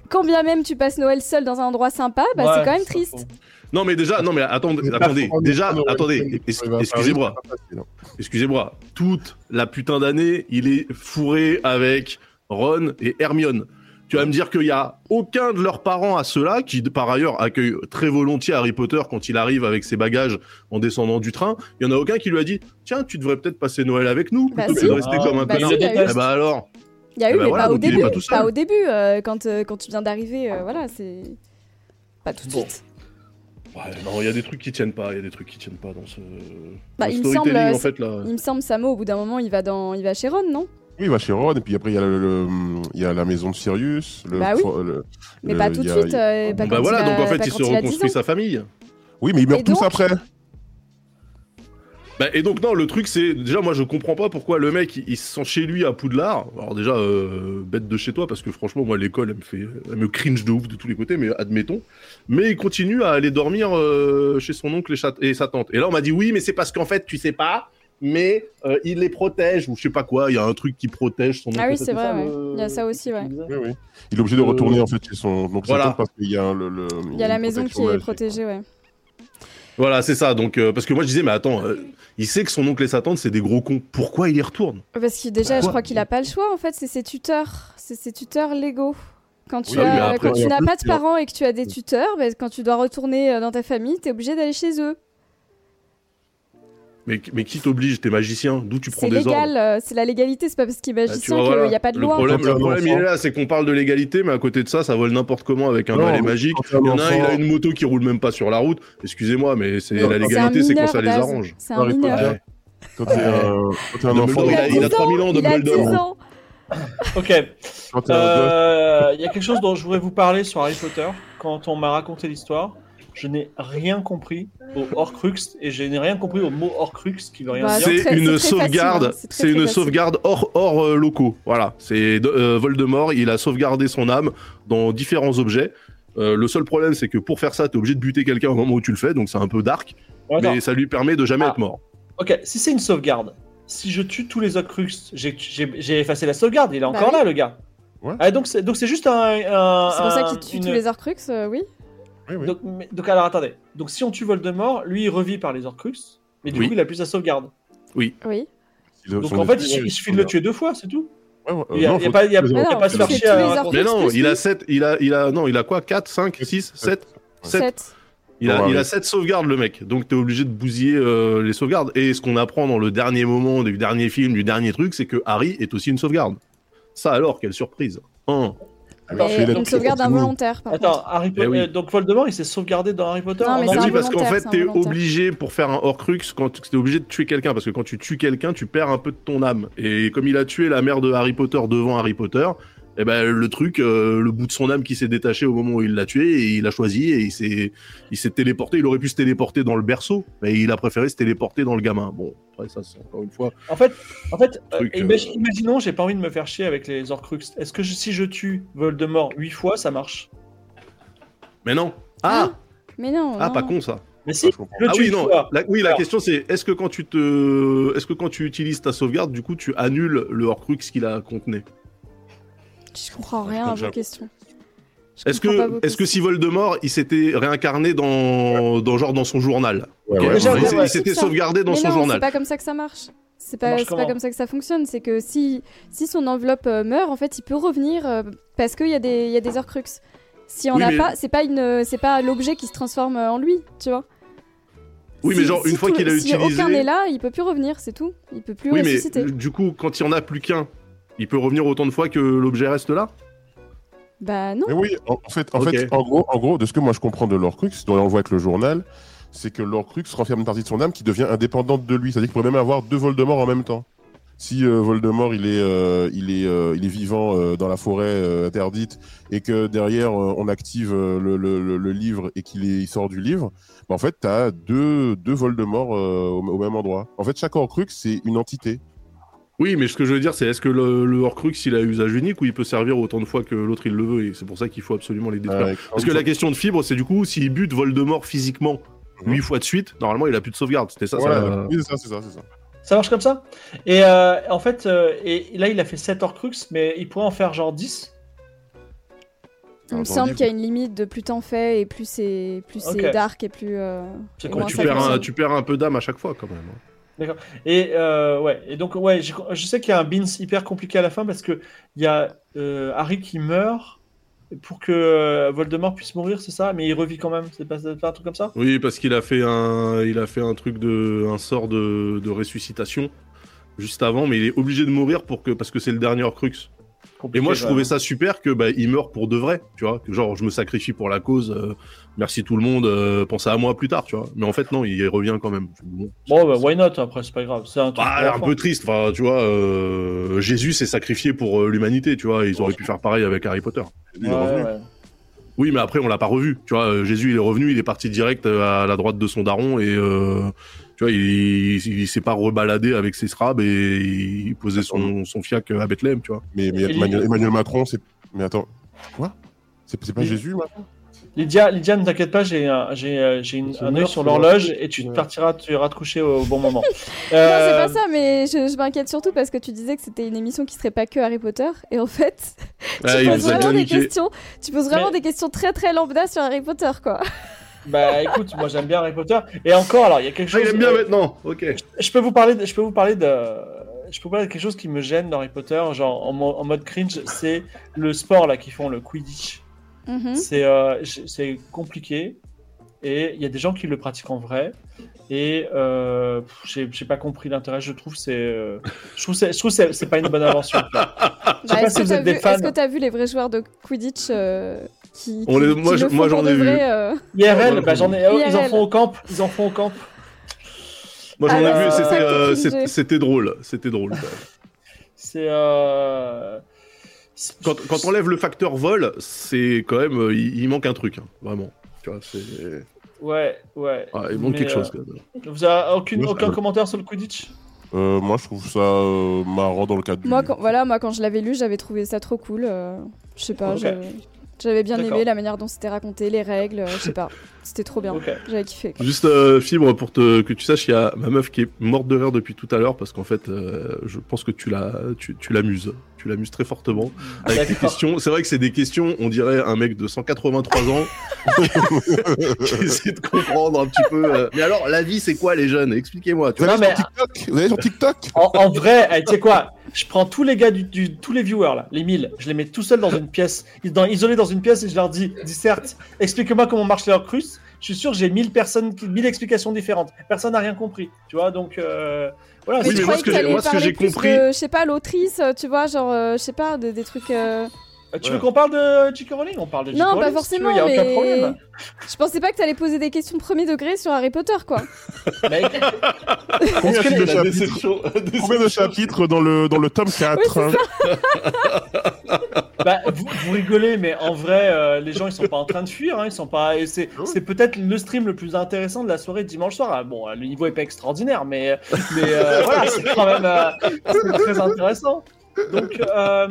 C: quand bien même tu passes Noël seul dans un endroit sympa bah c'est
A: Ouais,
C: quand même
A: ça,
C: triste
A: faut-
B: Non mais déjà, non mais attendez,
E: C'est pas
B: attendez,
E: faux.
B: déjà,
E: Non, ouais,
B: attendez,
E: c'est-
B: ex-
E: Ouais, bah,
B: excusez-moi,
E: Paris, c'est pas facile, hein.
B: excusez-moi. Toute la putain d'année, il est fourré avec Ron et Hermione. Tu vas me dire qu'il y a aucun de leurs parents à ceux-là qui, par ailleurs, accueillent très volontiers Harry Potter quand il arrive avec ses bagages en descendant du train. Il y en a aucun qui lui a dit Tiens, tu devrais peut-être passer Noël avec nous
C: Bah
B: plutôt que
C: si.
B: de rester
A: Ah,
B: comme un
C: bah
B: connard.
C: si, il y a eu-
B: Eh bah alors
C: il y a eu
B: Eh ben
C: mais
B: voilà,
C: pas, au
B: donc il est
C: début,
B: pas tout seul.
C: au début euh, quand euh, quand tu viens d'arriver euh, voilà c'est pas tout de
A: Bon.
C: suite
B: Ouais, non, il y a des trucs qui tiennent pas, il y a des trucs qui tiennent pas dans ce. dans
C: Bah, il
B: ce
C: me semble,
B: storytelling,
C: euh,
B: en fait, là.
C: il me semble Samo au bout d'un moment il va dans il va chez Ron non
E: Oui, il va chez Ron, et puis après, il y a, le, le- il y a la maison de Sirius. Le,
C: Bah oui.
E: le-
C: mais
E: le-
C: pas tout
E: il
C: de
E: y a-
C: suite euh, pas
B: bah
C: quand
B: voilà,
C: il a-
B: donc en fait,
C: pas
B: il
C: quand
B: se
C: a 10 ans.
B: reconstruit sa famille.
E: Oui, mais ils meurent
C: Et
E: tous
C: donc
E: après.
B: Bah, et donc, non, le truc, c'est. Déjà, moi, je comprends pas pourquoi le mec, il, il se sent chez lui à Poudlard. Alors, déjà, euh, bête de chez toi, parce que franchement, moi, l'école, elle me fait. Elle me cringe de ouf de tous les côtés, mais admettons. Mais il continue à aller dormir euh, chez son oncle et, chat- et sa tante. Et là, on m'a dit, oui, mais c'est parce qu'en fait, tu sais pas, mais euh, il les protège, ou je sais pas quoi, il y a un truc qui protège son oncle.
C: ah
B: et
C: oui
B: sa
C: c'est
B: tante.
A: ça,
C: vrai ouais.
A: le-
C: il y a ça aussi ouais
E: Oui, oui. Il est obligé de
B: Euh,
E: retourner en fait chez son donc
B: voilà.
E: parce qu'il y a un- le, le-
C: il y a la
E: une
C: maison qui
E: protection
C: est
E: magique.
C: protégée ouais
B: Voilà, c'est ça. Donc, euh, parce que moi, je disais, mais attends, euh, il sait que son oncle et sa tante, c'est des gros cons. Pourquoi il y retourne
C: Parce que déjà, je
B: Pourquoi
C: crois qu'il a pas le choix en fait, c'est ses tuteurs, c'est ses tuteurs légaux. Quand tu,
E: Oui,
C: as-
B: mais après,
C: quand tu
E: en
C: n'as
E: plus,
C: pas de
E: il y a-
C: parents et que tu as des tuteurs, bah, quand tu dois retourner euh, dans ta famille, t'es obligé d'aller chez eux.
B: mais, mais qui t'oblige T'es magicien D'où tu prends
C: C'est
B: des ordres
C: légal, euh, c'est la légalité, c'est pas parce qu'il est
B: Bah, tu
C: magicien
B: vois,
C: qu'il
B: voilà.
C: n'y a pas de
B: le
C: loi.
B: Problème, le
E: Quand
B: problème,
E: t'es un
B: il est là, c'est qu'on parle de l'égalité, mais à côté de ça, ça vole n'importe comment avec un
E: Non,
B: balai
E: mais
B: magique.
E: quand t'es un
B: Il y en a un, il a
E: enfant-
B: une moto qui roule même pas sur la route. Excusez-moi, mais c'est
E: Non,
B: la
C: C'est
E: c'est un
C: un
B: légalité, c'est quand
C: mineur,
B: ça les
C: Daz.
B: arrange.
C: C'est
E: Harry
C: un mineur.
E: Potter.
B: Ouais.
E: Bah, Quand t'es un, quand t'es un
B: Dumbledore,
E: enfant,
B: il a- il a
C: 10 ans,
B: 3000 ans,
C: il a
B: Dumbledore.
C: 10 ans.
A: Ok.
E: quand t'es un gosse,
A: Euh, Il y a quelque chose dont je voudrais vous parler sur Harry Potter. Quand on m'a raconté l'histoire, je n'ai rien compris au Horcrux et je n'ai rien compris au mot Horcrux qui veut rien
C: Bah,
A: dire.
C: c'est
B: C'est
C: très-
B: une
C: c'est très
B: sauvegarde,
C: facile, hein, c'est très,
B: c'est une
C: très facile.
B: sauvegarde hors hors euh, locaux. Voilà, c'est euh, Voldemort, il a sauvegardé son âme dans différents objets. Euh, le seul problème, c'est que pour faire ça, t'es obligé de buter quelqu'un au moment où tu le fais, donc c'est un peu dark,
C: Ah,
A: Attends.
B: mais ça lui permet de jamais
A: Ah.
B: être mort.
A: Ok, si c'est une sauvegarde, si je tue tous les Horcrux, j'ai- j'ai j'ai effacé la sauvegarde. Il est encore
C: Bah oui.
A: là, le gars.
E: Ouais.
A: Ah, donc c'est donc c'est juste un. un-
C: C'est pour ça
A: un-
C: qu'il tue
A: une-
C: tous les Horcrux, euh, oui.
E: oui, oui.
A: Donc, mais- donc, alors attendez. Donc si on tue Voldemort, lui il revit par les Horcrux, mais du
B: Oui.
A: coup il a plus sa sauvegarde.
C: Oui.
E: Ils
A: Donc
E: sont
A: en fait
E: des-
A: il suffit- il suffit de le tuer deux fois, c'est tout.
E: Ouais, ouais, euh,
A: Il n'y a,
E: non,
A: il y a
E: faut-
A: pas, il y a-
E: faut-
A: il y a
C: Ah non,
A: pas de
C: c'est
A: marché
C: tous les
A: à raconter.
C: Horcrux.
B: Mais non,
C: plus,
B: il a
C: plus.
B: 7, il a il a non, il a quoi 4 5 6 7 7
C: 7.
B: Il a,
E: Ouais,
B: il a
E: ouais.
B: sept sauvegardes, le mec. Donc, t'es obligé de bousiller euh, les sauvegardes. Et ce qu'on apprend dans le dernier moment du dernier film, du dernier truc, c'est que Harry est aussi une sauvegarde. Ça alors, quelle surprise. Hein.
E: Alors,
A: Et
E: c'est la-
C: une sauvegarde
E: c'est nous.
C: involontaire, par
A: Attends,
C: contre.
A: Harry Potter,
B: Eh oui.
A: euh, donc Voldemort, il s'est sauvegardé dans Harry Potter
C: Non,
A: en
C: mais
B: Mais
C: c'est
A: anglais.
B: Bah oui, parce qu'en
C: involontaire,
B: fait,
C: c'est
B: t'es
C: involontaire.
B: obligé pour faire un Horcrux, quand t'es obligé de tuer quelqu'un, parce que quand tu tues quelqu'un, tu perds un peu de ton âme. Et comme il a tué la mère de Harry Potter devant Harry Potter, eh ben le truc, euh, le bout de son âme qui s'est détaché au moment où il l'a tué, et il a choisi et il s'est, il s'est téléporté. Il aurait pu se téléporter dans le berceau, mais il a préféré se téléporter dans le gamin. Bon, après ça, c'est encore une fois.
A: En fait, en fait euh,
B: Truc, euh,
A: imagi- imaginons, j'ai pas envie de me faire chier avec les Horcrux. Est-ce que je- si je tue Voldemort huit fois, ça marche
B: Mais non. Ah,
C: Mais non.
B: ah,
C: non,
B: pas
C: non.
B: con ça.
A: Mais si,
E: je comprends.
A: le
B: Ah
A: tu
B: oui,
A: le
B: non.
A: vois.
B: La- oui, la
A: Alors.
B: question c'est est-ce que quand tu te, est-ce que quand tu utilises ta sauvegarde, du coup, tu annules le Horcrux qu'il a contenait
C: Je comprends rien à
E: comprends
C: vos
E: pas.
C: questions. Je
B: Est-ce
C: comprends pas vos
B: que, est-ce que si Voldemort, il s'était réincarné dans, dans genre dans son journal
E: Ouais,
B: Ok,
E: ouais,
A: Déjà,
E: ouais.
B: Il, s'est-
A: ouais.
B: il s'était sauvegardé dans
C: Mais
B: son
C: non,
B: journal.
C: C'est pas comme ça que ça marche. C'est
A: Ça
C: pas,
A: marche
C: c'est pas
A: comment
C: comme ça que ça fonctionne. C'est que si, si son enveloppe euh, meurt, en fait, il peut revenir euh, parce qu'il y a des, il y a des Horcruxes. Si on
B: Oui,
C: n'a
B: mais-
C: pas, c'est pas une, c'est pas l'objet qui se transforme euh, en lui, tu vois.
B: Oui, mais genre, une fois
C: tout-
B: qu'il a
C: si
B: utilisé-
C: aucun n'est là, il peut plus revenir, c'est tout. Il peut plus
B: Oui, mais
C: ressusciter.
B: euh, du coup, quand il y en a plus qu'un, il peut revenir autant de fois que l'objet reste là.
C: Bah non.
E: Mais oui, en en fait, en,
B: Ok.
E: fait en, gros, en gros, de ce que moi je comprends de l'Orcrux, dont on le voit avec le journal, c'est que l'Orcrux renferme une partie de son âme qui devient indépendante de lui. C'est-à-dire qu'il pourrait même avoir deux Voldemort en même temps. Si euh, Voldemort il est, euh, il est, euh, il est vivant euh, dans la forêt euh, interdite et que derrière euh, on active euh, le, le- le- le livre et qu'il est- il sort du livre, bah, en fait tu as deux, deux Voldemort euh, au, au même endroit. En fait, chaque Horcrux c'est une entité.
B: Oui, mais ce que je veux dire, c'est est-ce que le, le Horcrux, il a usage unique ou il peut servir autant de fois que l'autre il le veut Et c'est pour ça qu'il faut absolument les détruire.
E: Euh,
B: Parce que la question de fibre, c'est du coup, s'il bute Voldemort physiquement
E: Mhm.
B: 8 fois de suite, normalement, il a plus de sauvegarde. C'était ça, ça,
E: Voilà.
B: euh,
E: Oui, c'est ça, c'est ça, c'est ça.
A: Ça marche comme ça Et euh, en fait, euh, et là, il a fait 7 Horcrux, mais il pourrait en faire genre 10.
C: Il me
E: Dans le
C: semble
E: livre.
C: qu'il y a une limite de plus t'en fais et plus c'est plus c'est
A: Ok.
C: dark et plus. euh,
A: C'est
C: et
B: ouais,
A: comment
C: moins
B: tu,
A: ça
B: perds un,
A: fonctionne.
B: tu perds un peu d'âme à chaque fois, quand même. hein.
A: Et euh, ouais, et donc ouais, j'ai- je sais qu'il y a un beans hyper compliqué à la fin parce que il y a euh, Harry qui meurt pour que euh, Voldemort puisse mourir, c'est ça, mais il revit quand même, c'est pas, c'est pas un truc comme ça
B: Oui, parce qu'il a fait un, il a fait un truc de, un sort de, de ressuscitation juste avant, mais il est obligé de mourir pour que, parce que c'est le dernier Horcrux. Et
A: Compliqué,
B: moi, je
A: bah ouais.
E: euh,
B: trouvais ça super que bah, il meurt pour de vrai, tu vois. Que genre, je me sacrifie pour la cause. euh, merci tout le monde. euh, pensez à moi plus tard, tu vois. Mais en fait, non, il revient quand même. Bon,
A: Bon, bah, why not Après, c'est pas grave, c'est un truc.
B: Bah,
A: pour la
B: un
A: fin.
B: peu triste. Enfin, tu vois, euh, Jésus s'est sacrifié pour euh, l'humanité, tu vois. Ils auraient pu faire pareil avec Harry Potter.
E: Il est
A: Ouais,
E: revenu.
A: ouais.
B: Oui, mais après, on l'a pas revu. Tu vois, euh, Jésus, il est revenu, il est parti direct euh, à la droite de son daron et euh, tu vois, il, il, il s'est pas rebaladé avec ses strabes et il posait son, son fiac à Bethléem, tu vois.
E: Mais, mais
A: Et
E: Emmanuel,
A: lui-
E: Emmanuel Macron, c'est. Mais attends, quoi C'est c'est pas
A: Oui.
E: Jésus, moi
A: Lydia, Lydia, ne t'inquiète pas, j'ai un, j'ai, euh, j'ai une-
E: C'est
A: un
E: mort,
A: œil sur
E: c'est mort.
A: l'horloge et tu
E: Ouais.
A: partiras, tu iras te coucher au bon moment.
C: Non, c'est
A: Euh,
C: pas ça, mais je, je m'inquiète surtout parce que tu disais que c'était une émission qui serait pas que Harry Potter. Et en fait,
B: Ah,
C: tu
B: il
C: poses
B: nous a
C: vraiment
B: bien
C: des
B: niqué.
C: questions. Tu poses vraiment
A: Mais-
C: des questions très très lambda sur Harry Potter, quoi.
A: Bah écoute, moi j'aime bien Harry Potter. Et encore, alors il y a quelque
B: Ah,
A: chose. euh,
B: il aime bien maintenant. Ok.
A: je peux vous parler de, je peux vous parler de je peux vous parler de quelque chose qui me gêne dans Harry Potter genre en, mo- en mode cringe c'est le sport là qu'ils font le quidditch
C: Mhm.
A: c'est euh, j- c'est compliqué et il y a des gens qui le pratiquent en vrai et euh, pff, j'ai j'ai pas compris l'intérêt je trouve c'est euh, je trouve c'est- je trouve c'est c'est pas une bonne invention tu vois. sais
C: Bah,
A: pas
C: Est-ce
A: si
C: que
A: vous
C: t'as
A: êtes des
C: vu-
A: fans.
C: est-ce que t'as vu les vrais joueurs de Quidditch euh, qui,
B: On
C: qui-
B: les- moi,
C: qui
B: je-
C: le font
B: moi, j'en
C: pour de
B: ai vu.
C: vrai, euh,
A: IRL bah j'en ai oh, ils en
C: IRL.
A: font au camp ils en font au camp
B: Moi, j'en
A: Alors,
B: ai vu.
A: c'est
B: C'était,
C: ça que
B: euh,
C: tu me
B: c'était-
C: disais.
B: c'était drôle. C'était drôle.
A: c'est euh, c'est-
B: quand, quand on lève le facteur vol, c'est quand même, euh, il, il manque un truc, hein, vraiment. Tu vois, c'est-
A: ouais ouais
B: Ah, il manque
A: Mais,
B: quelque
A: euh,
B: chose. Quand même.
A: vous avez aucune,
E: Moi, je-
A: aucun commentaire sur le Quidditch
E: Euh, Moi, je trouve ça euh, marrant dans le cadre du.
C: Moi, quand, voilà, moi quand je l'avais lu, j'avais trouvé ça trop cool. euh, je sais pas,
A: Ok.
C: je- j'avais bien
A: D'accord.
C: aimé la manière dont c'était raconté, les règles, euh, je sais pas. C'était trop bien.
A: Ok.
C: J'avais kiffé. quoi.
B: Juste euh, fibre pour te, que tu saches, il y a ma meuf qui est morte de rire depuis tout à l'heure parce qu'en fait, euh, je pense que tu la, tu, tu l'amuses, tu l'amuses très fortement avec tes
A: D'accord.
B: questions. C'est vrai que c'est des questions, on dirait un mec de 183 ans qui essaie de comprendre un petit peu. euh, Mais alors, la vie, c'est quoi les jeunes Expliquez-moi. Tu
E: Vous
B: vois.
E: allez,
A: Non, mais-
E: sur TikTok Vous allez sur TikTok
A: En, en vrai, eh, tu sais quoi Je prends tous les gars, du, du- tous les viewers, là, les 1000, je les mets tout seuls dans une pièce, dans, isolés dans une pièce et je leur dis, disserte, explique-moi comment marche leur cruce. Je suis sûr que j'ai 1000 personnes, qui- 1000 explications différentes. Personne n'a rien compris, tu vois, donc euh, voilà.
B: Oui,
A: c'est-
B: mais
C: tu
B: moi, ce
C: croyais
B: que
C: que
B: j'ai-
C: t'allais
B: moi, ce que
C: parler
B: j'ai
C: plus
B: compris-
C: de, je sais pas, l'autrice, euh, tu vois, genre, euh, je sais pas, de- des trucs. euh,
A: Tu
E: Ouais.
A: veux qu'on parle de J.K. Rowling On parle de J.K.
C: Non,
A: Rowling,
C: pas
A: si tu
C: forcément,
A: veux, y a aucun
C: mais-
A: problème.
C: Je pensais pas que t'allais poser des questions de premier degré sur Harry Potter, quoi.
A: Mais-
E: Combien
A: que
E: de
A: les-
E: chapitres-
B: déception. la déception.
E: Combien de chapitres dans le, dans le tome 4 hein
A: Bah, vous, vous rigolez, mais en vrai, euh, les gens ils sont pas en train de fuir, hein, ils sont pas. et C'est
B: Ah
A: c'est peut-être le stream le plus intéressant de la soirée de dimanche soir. Ah, bon, euh, le niveau est pas extraordinaire, mais mais euh, voilà, c'est quand même euh, c'est très intéressant. Donc euh,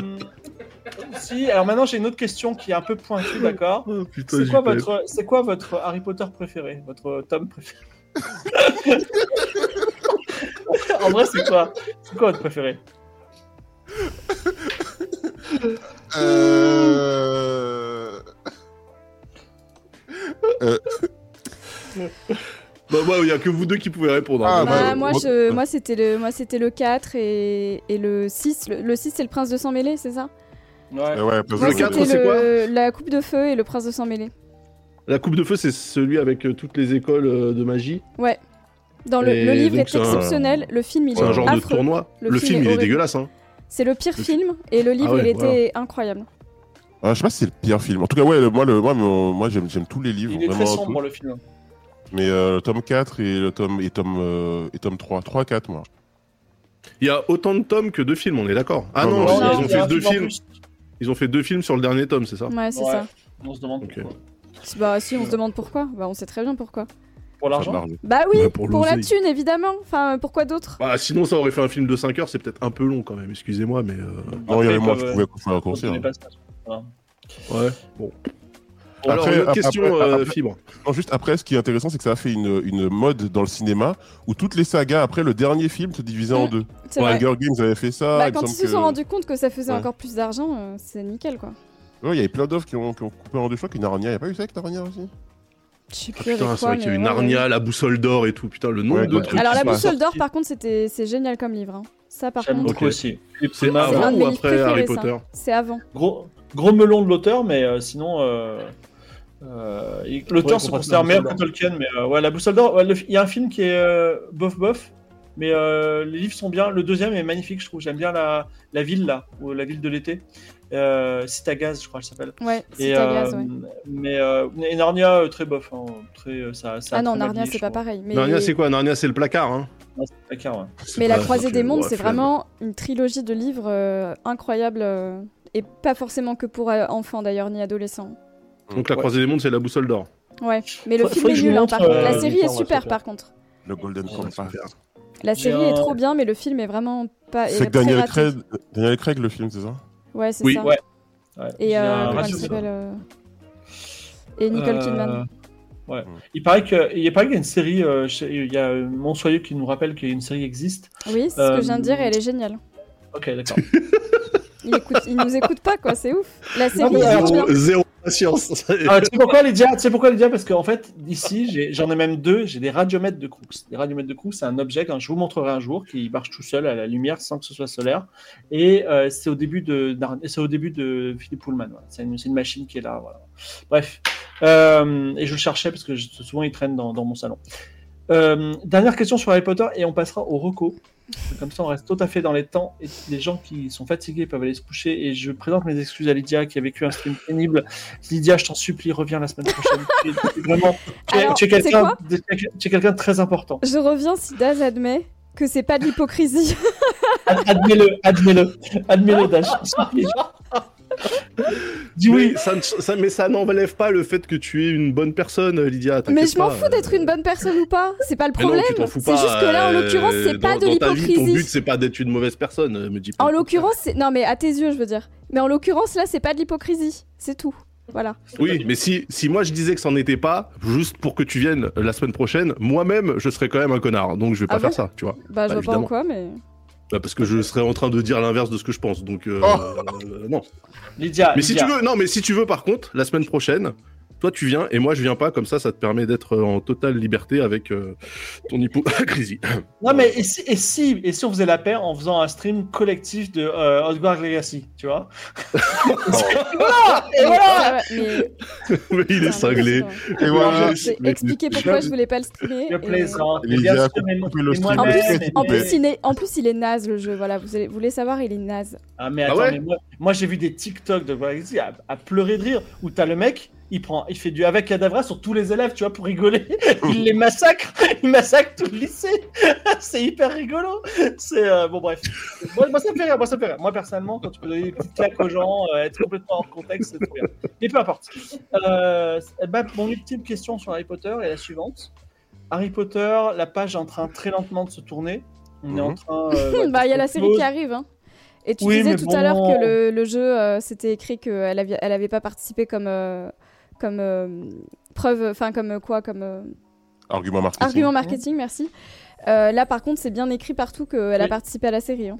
A: Si, alors maintenant j'ai une autre question qui est un peu pointue, d'accord
B: Oh, putain,
A: C'est
B: j'y
A: quoi,
B: peux être.
A: votre, c'est quoi votre Harry Potter préféré Votre tome préféré En vrai, c'est quoi C'est quoi votre préféré
E: Euh...
B: Bah, moi, il y a que vous deux qui pouvez répondre.
E: Ah,
B: hein.
E: bah,
C: Bah,
E: ouais,
C: moi,
E: moi-
C: je, moi c'était le, moi c'était le 4 et, et le 6. Le, le 6 c'est le prince de sang mêlé, c'est ça
A: Ouais.
E: euh, ouais, parce
B: Le
C: Moi
E: que-
B: quatre,
C: c'était
B: c'est
C: le- la coupe de feu et le prince de sang mêlé.
B: La coupe de feu, c'est celui avec euh, toutes les écoles euh, de magie.
C: Dans le,
B: Et
C: le livre
B: donc,
C: est
B: c'est un-
C: exceptionnel, le film il
B: C'est un
C: est
B: genre de
C: affreux.
B: tournoi.
C: Le
B: Le, film,
C: film est
B: il est
C: horrible.
B: dégueulasse. Hein.
C: C'est le pire
B: Le
C: film et le livre
B: Ah ouais,
C: il
B: voilà.
C: était incroyable.
E: Ah, je sais pas si c'est le pire film. En tout cas, ouais, le- moi, le, moi, mon- moi j'aime, j'aime tous les livres.
A: Il est très
E: vraiment,
A: sombre
E: tous.
A: le film.
E: Mais euh, le tome 4 et le tome, et tome, euh, et tome 3. 3, 4, moi.
B: Il y a autant de tomes que de films, on est d'accord. Ah
E: Non,
B: non,
E: non,
B: ils
E: non,
B: ont
A: il y a un
B: fait deux
A: film en
B: films.
A: plus.
B: Ils ont fait deux films sur le dernier tome, c'est ça
C: Ouais, c'est
A: Ouais.
C: ça.
A: On se demande
B: Ok.
A: pourquoi.
C: Bah si, on se demande pourquoi. Bah on sait très bien pourquoi.
A: Pour
E: Ça
A: l'argent
E: marche.
C: Bah oui,
B: Bah,
C: pour,
B: pour
C: la
B: l'oseille.
C: thune évidemment. Enfin, pourquoi d'autre
B: Bah, sinon, ça aurait fait un film de 5 heures, c'est peut-être un peu long quand même, excusez-moi, mais. euh,
E: Non, il y avait moi, je
A: Après, ils
E: pouvais faire
A: peuvent, euh,
E: raccourcir.
A: continuer pas ça.
B: Ouais, bon.
E: Après,
B: Alors, une autre
E: après,
B: question,
E: après,
B: euh,
E: après.
B: Fibre.
E: Non, juste après, ce qui est intéressant, c'est que ça a fait une, une mode dans le cinéma où toutes les sagas après le dernier film se divisaient en
C: Mm,
E: deux.
C: C'est vrai.
E: Hunger Games avait fait ça.
C: Bah,
E: il
C: quand
E: me
C: ils
E: semble
C: se sont
B: euh,
E: que-
C: rendus compte que ça faisait
E: Ouais.
C: encore plus d'argent, euh, c'est nickel quoi.
E: Ouais, il y avait plein d'offres qui ont, qui ont coupé en deux. fois qu'une Narnia, il n'y a pas eu ça avec Narnia aussi
C: Je sais plus avec
B: Ah, Putain,
C: quoi.
B: c'est vrai qu'il y a
C: mais
B: une
C: ouais, ouais.
B: Narnia, la boussole d'or et tout, putain, le nombre
E: Ouais,
B: de
E: ouais.
B: trucs.
C: Alors
B: qui
C: la
E: Ouais.
B: sont
C: boussole d'or
B: sortis.
C: par contre c'était c'est génial comme livre. hein. Ça par
A: J'aime
C: contre
A: beaucoup
B: Ok.
A: aussi. Et
B: C'est
A: Puma,
C: un
B: avant
C: de
B: ou
C: mes
B: après
C: préférés,
B: Harry
C: ça.
B: Potter
C: c'est avant.
A: Gros, gros melon de l'auteur, mais euh, sinon. euh, euh, il- l'auteur
B: Ouais,
A: se
B: qu'on passe
A: considère
B: la
A: meilleur que
B: boussole
A: Tolkien, mais euh, ouais, la boussole d'or. ouais, le- Il y a un film qui est euh, bof bof, mais euh, les livres sont bien. Le deuxième est magnifique, je trouve. J'aime bien la, la ville là, ou la ville de l'été. Euh, C'est à gaz, je crois, elle s'appelle.
C: Ouais, c'est
A: Et,
C: ta
A: euh,
C: gaz, ouais.
A: Mais euh, et Narnia, euh, très bof. hein, très, euh, ça, ça a
C: Ah non,
A: très mal
C: Narnia
A: vieilli,
C: c'est
A: je
C: pas
A: trouve.
C: pareil. Mais,
B: Narnia, c'est quoi Narnia, c'est le placard, hein
A: Ouais, c'est pas clair, ouais.
C: mais La
B: Ah,
C: Croisée
B: tu-
C: des Mondes
B: ouais,
C: c'est
B: flemme.
C: vraiment une trilogie de livres euh, incroyables euh, et pas forcément que pour euh, enfants d'ailleurs ni adolescents.
B: Donc la
A: Ouais.
B: croisée des mondes, c'est la boussole d'or.
C: Ouais, mais le
A: Faut-
C: film
A: faut que
C: est
A: je
C: nul hein,
A: montre,
C: par contre. La
A: euh,
C: série est
A: l'histoire, ouais,
C: super
A: c'est
C: par contre.
E: Le Golden
A: Ouais,
E: Compass.
C: La
A: J'ai
C: série est
A: un-
C: trop bien mais le film est vraiment pas. est
E: C'est avec
C: très
E: Daniel
C: raté.
E: Craig, Daniel Craig, le film, c'est ça
C: Ouais, c'est
B: Oui,
C: ça.
A: ouais. Ouais. J'ai
C: Et euh,
A: un-
C: comment
B: ouais,
C: elle
B: c'est ça.
C: s'appelle euh, Et Nicole
A: Euh,
C: Kidman.
A: Ouais.
E: Mm.
A: Il paraît que il paraît qu'il y a une série. euh, chez- il y a euh, Monsoyeux qui nous rappelle qu'une série existe.
C: Oui, c'est ce que
A: euh,
C: je viens de dire et elle est géniale.
A: Ok, d'accord.
C: Il, écoute, il nous écoute pas, quoi, c'est ouf. La
E: Ah,
C: série
A: mais
C: est
A: alors,
C: trop bien.
B: zéro patience.
A: Ah, tu sais pourquoi les dias Tu sais pourquoi les dias Parce qu'en fait, ici, j'ai- j'en ai, même deux. J'ai des radiomètres de Crooks. Les radiomètres de Crooks, c'est un objet que je vous montrerai un jour qui marche tout seul à la lumière sans que ce soit solaire. Et euh, c'est au début de d'Arn- c'est au début de Philippe Pullman. voilà. C'est une, c'est une machine qui est là. voilà. Bref. Euh, et je le cherchais parce que je- souvent il traîne dans, dans mon salon. Euh, dernière question sur Harry Potter et on passera au reco. Comme ça, on reste tout à fait dans les temps et les gens qui sont fatigués peuvent aller se coucher. Et je présente mes excuses à Lydia qui a vécu un stream pénible. Lydia, je t'en supplie, reviens la semaine prochaine. Tu es- tu es Vraiment, tu es-
C: Alors,
A: tu es
C: c'est
A: quelqu'un
C: quoi
A: de, tu es quelqu'un de très important.
C: Je reviens si Daz admet que c'est pas de l'hypocrisie.
A: Ad- Admets-le, admets-le, admets-le, Dash. je t'en supplie. Dis oui.
B: Mais ça, ne- ça- mais ça n'enlève pas le fait que tu es une bonne personne, Lydia.
C: Mais
B: t'inquiète
C: je m'en
B: pas. euh.
C: fous d'être une bonne personne ou pas, c'est pas le
B: Mais non,
C: problème.
B: tu t'en fous
C: C'est
B: pas,
C: juste que là, en
B: euh,
C: l'occurrence, c'est pas
B: dans-
C: de
B: dans ta vie, Ton but,
C: l'hypocrisie.
B: c'est pas d'être une mauvaise personne, euh, me dis pas.
C: En l'occurrence, c'est. Non, mais à tes yeux, je veux dire. Mais en l'occurrence, là, c'est pas de l'hypocrisie. C'est tout. Voilà.
B: Oui, mais si, si moi je disais que c'en était pas, juste pour que tu viennes euh, la semaine prochaine, moi-même, je serais quand même un connard. Donc je vais pas
C: Ah
B: faire
C: bon
B: ça, tu vois.
C: Bah,
B: Bah,
C: je vois pas en
B: évidemment.
C: quoi, mais.
B: Bah, parce que je serais en train de dire l'inverse de ce que je pense. Donc euh, euh, non.
A: Lydia,
B: Mais si
A: Lydia.
B: tu veux, non, mais si tu veux, par contre, la semaine prochaine, toi tu viens et moi je viens pas. Comme ça, ça te permet d'être euh, en totale liberté avec euh, ton Ah, hypocrisie.
A: Non, mais et si, et, si, et si on faisait la paix en faisant un stream collectif de euh, Hogwarts Legacy, tu vois Voilà Et voilà
C: Ah ouais, mais-
B: mais il est
C: Putain, mais
B: cinglé. Ah,
C: c'est
E: Et
C: vrai.
E: voilà.
C: J'ai
B: Mais-
C: expliqué
B: mais-
C: pourquoi je voulais pas le streamer.
A: Je
C: et- euh,
A: plaisante.
E: Lydia,
A: bien sûr,
E: coupe-
A: mais-
E: coupe le
A: mais
E: stream.
B: Ah,
A: moi-
C: En plus,
A: mais-
C: En plus, il est, en plus, il est naze le jeu, voilà. Vous, allez- vous voulez savoir, il est naze.
A: Ah, mais
B: Ah
A: attends,
B: ouais
A: mais moi, moi, j'ai vu des TikTok de Hogwarts Legacy à, à pleurer de rire où t'as le mec. Il, prend, il fait du avec cadavra sur tous les élèves, tu vois, pour rigoler. Il les massacre. Il massacre tout le lycée. c'est hyper rigolo. C'est euh, bon, bref. Moi, moi, ça me fait rire. Moi, ça me fait rire. Moi, personnellement, quand tu peux donner des petites claques aux gens, euh, être complètement hors contexte, c'est trop bien. Mais peu importe. Euh, eh ben, mon ultime question sur Harry Potter est la suivante. Harry Potter, la page est en train très lentement de se tourner. On est en
E: Mhm.
A: train. euh, voilà,
C: bah, il y a
A: de
C: la
A: se
C: série
A: close.
C: qui arrive, hein. Et tu
A: Oui,
C: disais
A: mais
C: tout
A: bon.
C: à l'heure que le, le jeu, euh, c'était écrit qu'elle n'avait elle avait pas participé comme, euh, comme euh, preuve, enfin comme euh, quoi, comme euh,
E: Argument marketing.
C: argument marketing, merci. Euh, là, par contre, c'est bien écrit partout qu'elle a
A: Oui.
C: participé à la série. hein.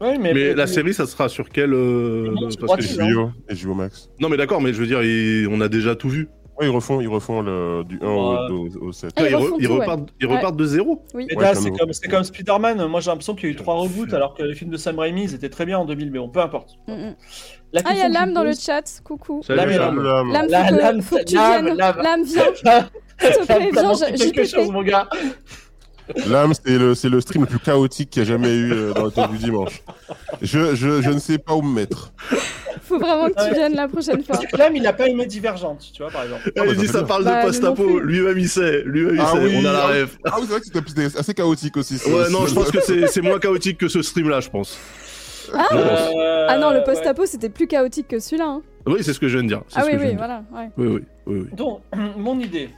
A: Ouais, mais,
B: Mais la série, ça sera sur quelle. euh,
A: Non, c'est
B: parce que-
A: gratuit, hein.
E: HBO, HBO Max.
B: Non, mais d'accord, mais je veux dire, il- on a déjà tout vu.
E: Ouais, ils refont, ils refont le, du 1 au, au- au 7.
C: Ah, ils
B: ils, re-
C: refont
B: ils
C: tout, ouais.
B: repartent, ils repartent de zéro.
A: Mais
E: Ouais,
A: là,
E: comme
A: c'est
E: nous.
A: comme, c'est comme Spider-Man. Moi, j'ai l'impression qu'il y a eu trois reboots,
B: Putain.
A: alors que les films de Sam Raimi, ils étaient très bien en 2000, mais bon, peu importe.
C: Mm, mm.
A: La
C: Ah, il y a
A: question
C: l'âme
A: qui
C: dans le
A: pose-
C: chat, coucou.
B: Salut,
A: mais
B: Sam.
C: L'âme,
A: La-
C: faut, que-
A: l'âme,
C: faut que tu
A: l'âme,
C: viennes.
A: l'âme.
C: L'âme, viens,
A: Ça
C: s'il te plaît,
A: m'a
C: viens,
A: manqué
C: je, je
A: quelque
C: t'ai fait.
A: chose, mon gars.
E: L'âme, c'est le, c'est le stream le plus chaotique qu'il y a jamais eu euh, dans le temps du dimanche. Je, je, je ne sais pas où me mettre.
C: Faut vraiment que tu
A: Ouais.
C: viennes la prochaine fois.
A: Parce que l'âme, il a pas aimé Divergente, tu vois, par exemple.
E: Ah,
B: Eh,
E: bah,
B: il dit
E: ça
B: ça
E: fait
B: parle
C: Bah,
B: de
C: nous non
B: Pastapo,
C: plus.
B: lui-même il sait, lui-même il
E: Ah
B: sait,
E: oui,
B: on a la
E: ah
B: rêve.
E: Ah oui, c'est vrai que c'était- c'était assez chaotique aussi. ce-
B: Ouais, non,
E: ce-
B: je pense que c'est c'est moins chaotique que ce stream là, je pense.
C: Ah,
B: Non,
A: Euh,
C: Ah non, le
A: ouais.
C: post-apo, c'était plus chaotique que celui-là. hein.
B: Oui, c'est ce que je viens de dire. c'est
C: Ah
B: ce
C: oui,
B: que je
C: oui,
B: viens de dire.
C: voilà. ouais.
B: Oui, oui, oui, oui.
A: Donc, mon idée,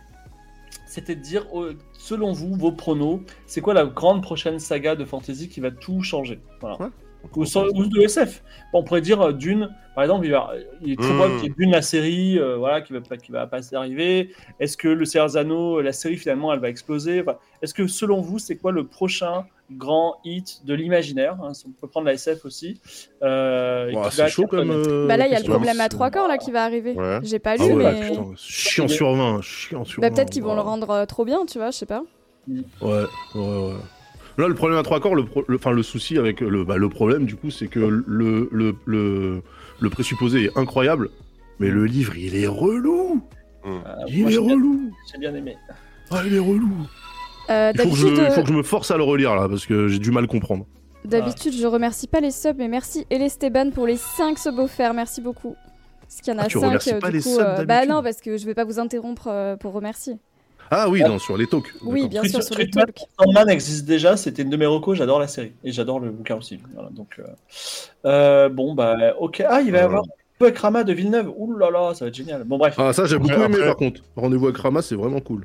A: c'était de dire, euh, selon vous, vos pronos, c'est quoi la grande prochaine saga de fantasy qui va tout changer Voilà.
E: Ouais.
A: Ou, sans- ou de SF. On pourrait dire euh, Dune, par exemple, il, va- il est très
B: Mmh.
E: Mm.
A: probable qu'il y ait Dune, la série, euh, voilà, qui va pas, qui va pas s'arriver. Est-ce que le Seigneur des Anneaux, euh, la série finalement, elle va exploser Enfin, Est-ce que selon vous, c'est quoi le prochain grand hit de l'imaginaire hein, si On peut prendre la SF aussi. euh,
E: Bah,
B: Ouah,
A: qui va
B: Bah, c'est chaud comme.
A: cartonner.
B: euh,
C: Bah là, il y a le
E: question.
C: problème à trois corps là qui va arriver.
E: Ouais.
C: J'ai pas lu,
B: Ah ouais,
C: mais.
B: putain, chiant sur 20, chiant sur
C: Bah,
B: 20.
C: peut-être qu'ils vont le
B: ouais.
C: rendre euh, trop bien, tu vois, je sais pas.
B: Ouais, ouais, ouais. Là, le problème à trois corps, le, pro- le- enfin, le souci avec le, bah, le problème, du coup, c'est que le, le, le, le présupposé est incroyable, mais le livre, il est relou.
A: Euh,
B: Il
A: moi,
B: est
A: j'ai bien-
B: relou.
A: j'ai bien aimé.
B: Ah, il est relou.
C: Euh,
B: Il faut, que je,
C: D'habitude,
B: il faut
C: euh,
B: que je me force à le relire, là, parce que j'ai du mal à comprendre.
C: d'habitude, je remercie pas les subs, mais merci et les Esteban pour les 5 subs offerts, merci beaucoup. Parce qu'il y en a
B: Ah, tu
C: 5
B: remercies
C: euh,
B: pas
C: du
B: les
C: coup.
B: subs
C: euh, bah
B: d'habitude.
C: non, parce que je vais pas vous interrompre euh, pour remercier.
B: Ah oui,
A: Ah.
B: non, sur les talks. d'accord.
C: Oui, bien
A: Street-
C: sûr, sur le
A: Streetman.
C: talk.
A: Sandman existe déjà, c'était une de mes recos, j'adore la série et j'adore le bouquin aussi. Voilà, donc, euh, euh, bon, bah, ok. Ah,
B: Euh.
A: il va y avoir Rama de Villeneuve. Ouh là là, ça va être génial. Bon, bref.
B: Ah, ça, j'ai beaucoup
E: Après-
B: aimé,
E: après-
B: par contre. Rendez-vous avec Rama, c'est vraiment cool.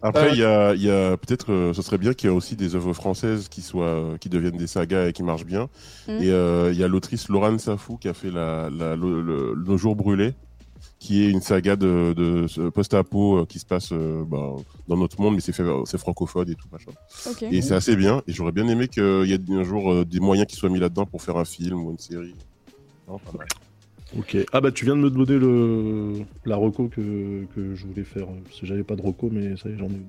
E: Après, il y a, il y a peut-être, euh, ce serait bien qu'il y ait aussi des œuvres françaises qui soient, euh, qui deviennent des sagas et qui marchent bien.
C: Mm.
E: Et euh, il y a l'autrice Laurent Safou qui a fait la, la- le, le- Nos jours brûlés, qui est une saga de, de ce post-apo euh, qui se passe euh, bah, dans notre monde, mais c'est fait, c'est francophone et tout machin.
C: Ok.
E: Et c'est assez bien. Et j'aurais bien aimé qu'il y ait un jour euh, des moyens qui soient mis là-dedans pour faire un film ou une série. Non, pas mal.
B: Ok. Ah bah tu viens de me donner le... la reco que... que je voulais faire. euh, Parce que j'avais pas de reco, mais ça y est, j'en ai une.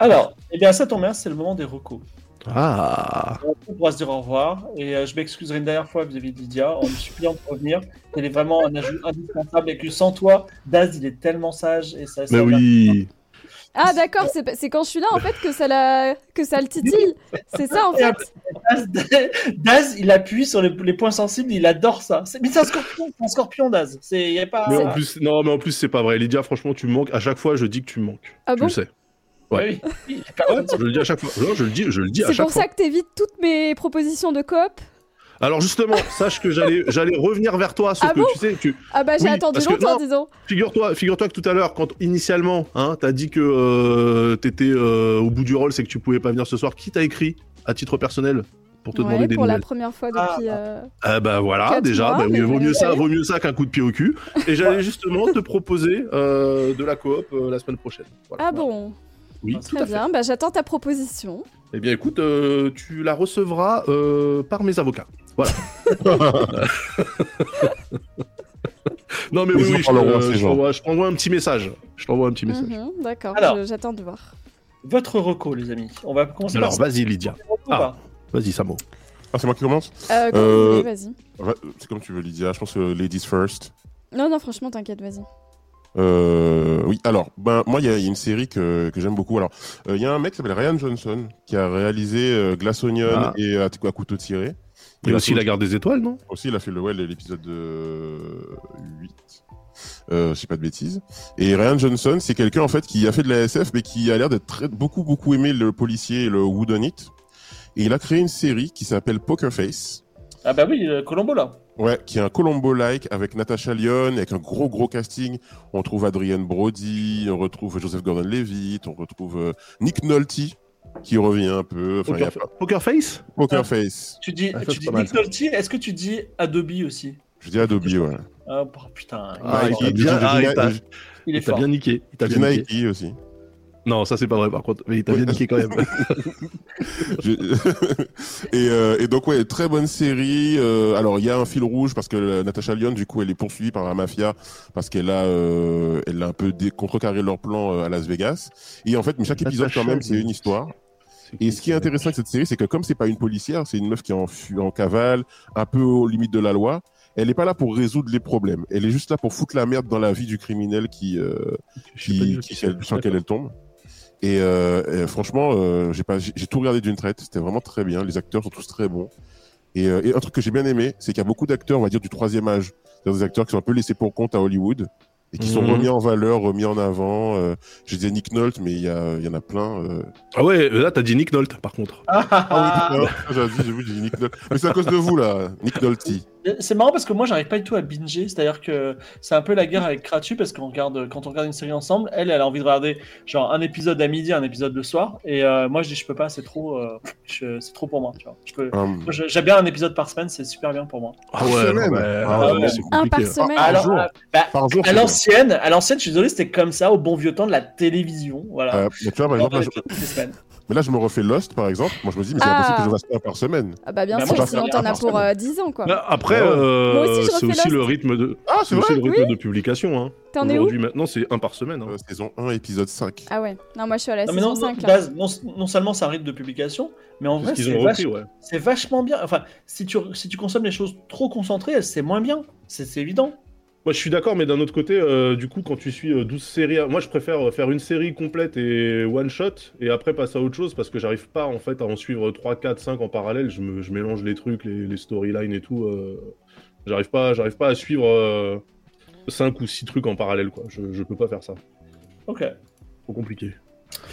A: Alors, eh bien, ça tombe bien, c'est le moment des recos.
B: Ah
A: On pourra se dire au revoir et euh, je m'excuserai une dernière fois vis-à-vis de Lydia en me suppliant de revenir. Elle est vraiment un ajout indispensable et que sans toi, Daz, il est tellement sage et ça.
B: Bah
A: ça-
B: oui
C: Ah d'accord, c'est pas- c'est quand je suis là en fait que ça la que ça le titille. C'est ça en fait.
A: Daz, Daz, il appuie sur les, les points sensibles, il adore ça. C'est- Mais c'est un scorpion, c'est un scorpion, Daz. C'est- Il y a pas.
B: Mais en plus, non, mais en plus, c'est pas vrai. Lydia, franchement, tu me manques. À chaque fois, je dis que tu me manques.
C: Ah
B: tu
C: bon
B: le sais.
A: Ouais, oui. Il y a pas-
B: Ouais, je le dis à chaque fois. Non, je le dis, je le dis à
C: C'est
B: chaque
C: pour
B: fois.
C: ça que t'évites toutes mes propositions de coop.
B: Alors justement, sache que j'allais, j'allais revenir vers toi, sauf
C: Ah
B: que
C: bon
B: tu sais, tu
C: Ah bah j'ai
B: Oui,
C: attendu
B: parce que-
C: longtemps,
B: non.
C: disons.
B: figure-toi, figure-toi que tout à l'heure, quand initialement, hein, t'as dit que euh, t'étais euh, au bout du rôle, c'est que tu pouvais pas venir ce soir. Qui t'a écrit à titre personnel pour te
C: Ouais,
B: demander des
C: pour la
B: nouvelles
C: première fois
A: Ah.
C: depuis. euh,
B: Ah bah voilà,
C: Quatre
B: déjà,
C: mois,
B: bah,
C: mais
B: vaut,
C: ouais.
B: mieux ça, vaut mieux ça qu'un coup de pied au cul. Et j'allais justement te proposer euh, de la coop euh, la semaine prochaine. Voilà.
C: Ah bon,
B: Oui,
A: Ah,
B: tout
C: très
B: à fait.
C: bien. Bah j'attends ta proposition.
B: Eh bien écoute, euh, tu la recevras euh, par mes avocats. Voilà. non mais
E: Ils
B: oui,
E: en
B: oui, je,
E: parleront,
B: te-
E: ces
B: je
E: gens.
B: t'envoie- je t'envoie un petit message. Je t'envoie un petit message.
C: Mhm, D'accord,
A: Alors.
C: je- j'attends de voir.
A: Votre reco, les amis. On va commencer
B: Alors
A: par
B: vas-y Lydia,
A: reco, bah.
B: vas-y Samo.
E: Ah, c'est moi qui commence
C: Euh, quand
E: Euh,
C: vous voulez, vas-y.
E: Ouais, C'est comme tu veux, Lydia. Je pense que Ladies First.
C: Non, non, franchement, t'inquiète, vas-y.
E: Euh, oui, alors, ben, moi, il y, a il y a une série que, que j'aime beaucoup. Alors, euh, il y a un mec qui s'appelle Ryan Johnson qui a réalisé euh, Glass Onion
B: Ah.
E: et à, à couteau tiré.
B: Et aussi
E: il
B: la
E: a,
B: garde des étoiles, non
E: aussi, il a fait le ouais, l'épisode de 8. Euh, je sais pas de bêtises. Et Ryan Johnson, c'est quelqu'un en fait qui a fait de la SF, mais qui a l'air d'être très- beaucoup beaucoup aimé le policier et le whodunit. Et il a créé une série qui s'appelle Poker Face.
A: Ah bah oui, euh, Colombo là.
E: Ouais, qui est un Colombo-like avec Natasha Lyon, avec un gros gros casting. On trouve Adrienne Brody, on retrouve Joseph Gordon-Levitt, on retrouve euh, Nick Nolte qui revient un peu. Enfin, il y a
B: Poker, Poker Face
E: pas- Poker Face.
A: Tu dis,
B: Ah, ça,
A: tu
B: c'est
A: dis
B: pas mal,
A: Nick
B: ça.
A: Nolte, est-ce que tu dis Adobe aussi
E: Je dis Adobe, ouais.
A: Ah, oh, putain,
B: Ah,
A: il, est
B: il
A: fort.
B: t'a
E: Je dis-
B: bien-
E: je dis
B: ah, il
E: Ni-
B: t'a-
E: je dis
A: Il est
B: Il t'a
A: fort.
B: bien niqué. Il t'a bien niqué.
E: Nike aussi.
B: Non, ça c'est pas vrai par contre. Mais il t'a bien niqué quand même.
E: Je- et, euh, et donc ouais, très bonne série. Euh, alors il y a un fil rouge parce que euh, Natasha Lyon, du coup, elle est poursuivie par la mafia parce qu'elle a, euh, elle a un peu dé- contrecarré leur plan euh, à Las Vegas. Et en fait, mais chaque épisode quand
B: Natasha
E: même, c'est
B: Lyonne.
E: une histoire.
B: C'est
E: Et
B: qui,
E: ce qui est intéressant avec cette série, c'est que comme c'est pas une policière, c'est une meuf qui est en, fu- en cavale, un peu aux limites de la loi. Elle n'est pas là pour résoudre les problèmes. Elle est juste là pour foutre la merde dans la vie du criminel qui, euh,
B: Je sais pas du
E: qui,
B: tout
E: qui-
B: qui c'est.
E: sur lequel elle tombe. Et, euh, euh, franchement, euh, j'ai pas- j'ai j'ai tout regardé d'une traite. C'était vraiment très bien. Les acteurs sont tous très bons. Et, euh, et un truc que j'ai bien aimé, c'est qu'il y a beaucoup d'acteurs, on va dire, du troisième âge. C'est-à-dire des acteurs qui sont un peu laissés pour compte à Hollywood et qui sont
B: Mhm.
E: remis en valeur, remis en avant. Euh, je disais Nick Nolte, mais il y, a- il y en a plein. euh.
B: Ah ouais, là t'as dit Nick Nolte par contre.
E: Ah, oui, putain, j'ai dit, j'ai vu, j'ai dit Nick Nolte. Mais c'est à cause de vous, là, Nick Nolte.
A: C'est marrant parce que moi j'arrive pas du tout à binger, c'est-à-dire que c'est un peu la guerre avec Kratu parce qu'on regarde quand on regarde une série ensemble, elle elle a envie de regarder genre un épisode à midi, un épisode le soir, et euh, moi je dis je peux pas, c'est trop, euh, je- c'est trop pour moi, tu vois. Je peux,
E: Hum.
A: moi, je- j'aime bien un épisode par semaine, c'est super bien pour moi.
E: Par semaine.
B: bah,
E: Ah
B: ah ouais,
A: ouais.
B: c'est
C: Un
B: compliqué.
C: par semaine.
E: Ah,
A: Alors,
E: jour.
A: euh, bah,
E: Par jour,
A: à
E: c'est bien.
A: l'ancienne, à l'ancienne, je suis désolé, c'était comme ça au bon vieux temps de la télévision, voilà.
E: Euh, mais tu vois, par
A: On
E: exemple, là,
A: regardait
E: je,
A: toutes les semaines.
E: mais là, je me refais Lost, par exemple. Moi, je me dis, mais c'est
C: Ah.
E: impossible que je fasse ça par semaine.
C: Ah bah bien
A: Bah, moi,
C: sûr,
E: je
C: sinon
A: préfère
C: t'en
E: un
C: as
E: par
C: pour
E: semaine.
C: euh, 10 ans quoi.
B: Bah, Après,
E: Ouais.
B: euh,
C: Moi aussi, je
B: c'est
C: refais
B: aussi
C: Lost.
B: le rythme de,
E: Ah,
B: c'est aussi le rythme de publication. Hein.
C: T'en es où
B: Aujourd'hui, maintenant, c'est un par semaine. hein.
E: Euh, saison 1, épisode 5.
C: Ah ouais, non moi je suis à la
A: Non, bah, mais
C: saison
A: non,
C: 5 là.
A: Daz, non, non seulement ça rythme de publication, mais en
B: C'est ce
A: vrai
B: qu'ils
A: c'est
B: ont
A: vache-
B: repris, ouais.
A: c'est vachement bien. Enfin, si tu, si tu consommes les choses trop concentrées, c'est moins bien. C'est c'est évident.
B: Moi, je suis d'accord, mais d'un autre côté, euh, du coup, quand tu suis euh, 12 séries, à- moi, je préfère euh, faire une série complète et one shot, et après passer à autre chose, parce que j'arrive pas, en fait, à en suivre 3, 4, 5 en parallèle. Je, me- je mélange les trucs, les, les storylines et tout. euh, J'arrive pas, j'arrive pas à suivre 5 ou 6 trucs en parallèle, quoi. Je, je peux pas faire ça.
A: Ok.
B: Trop compliqué.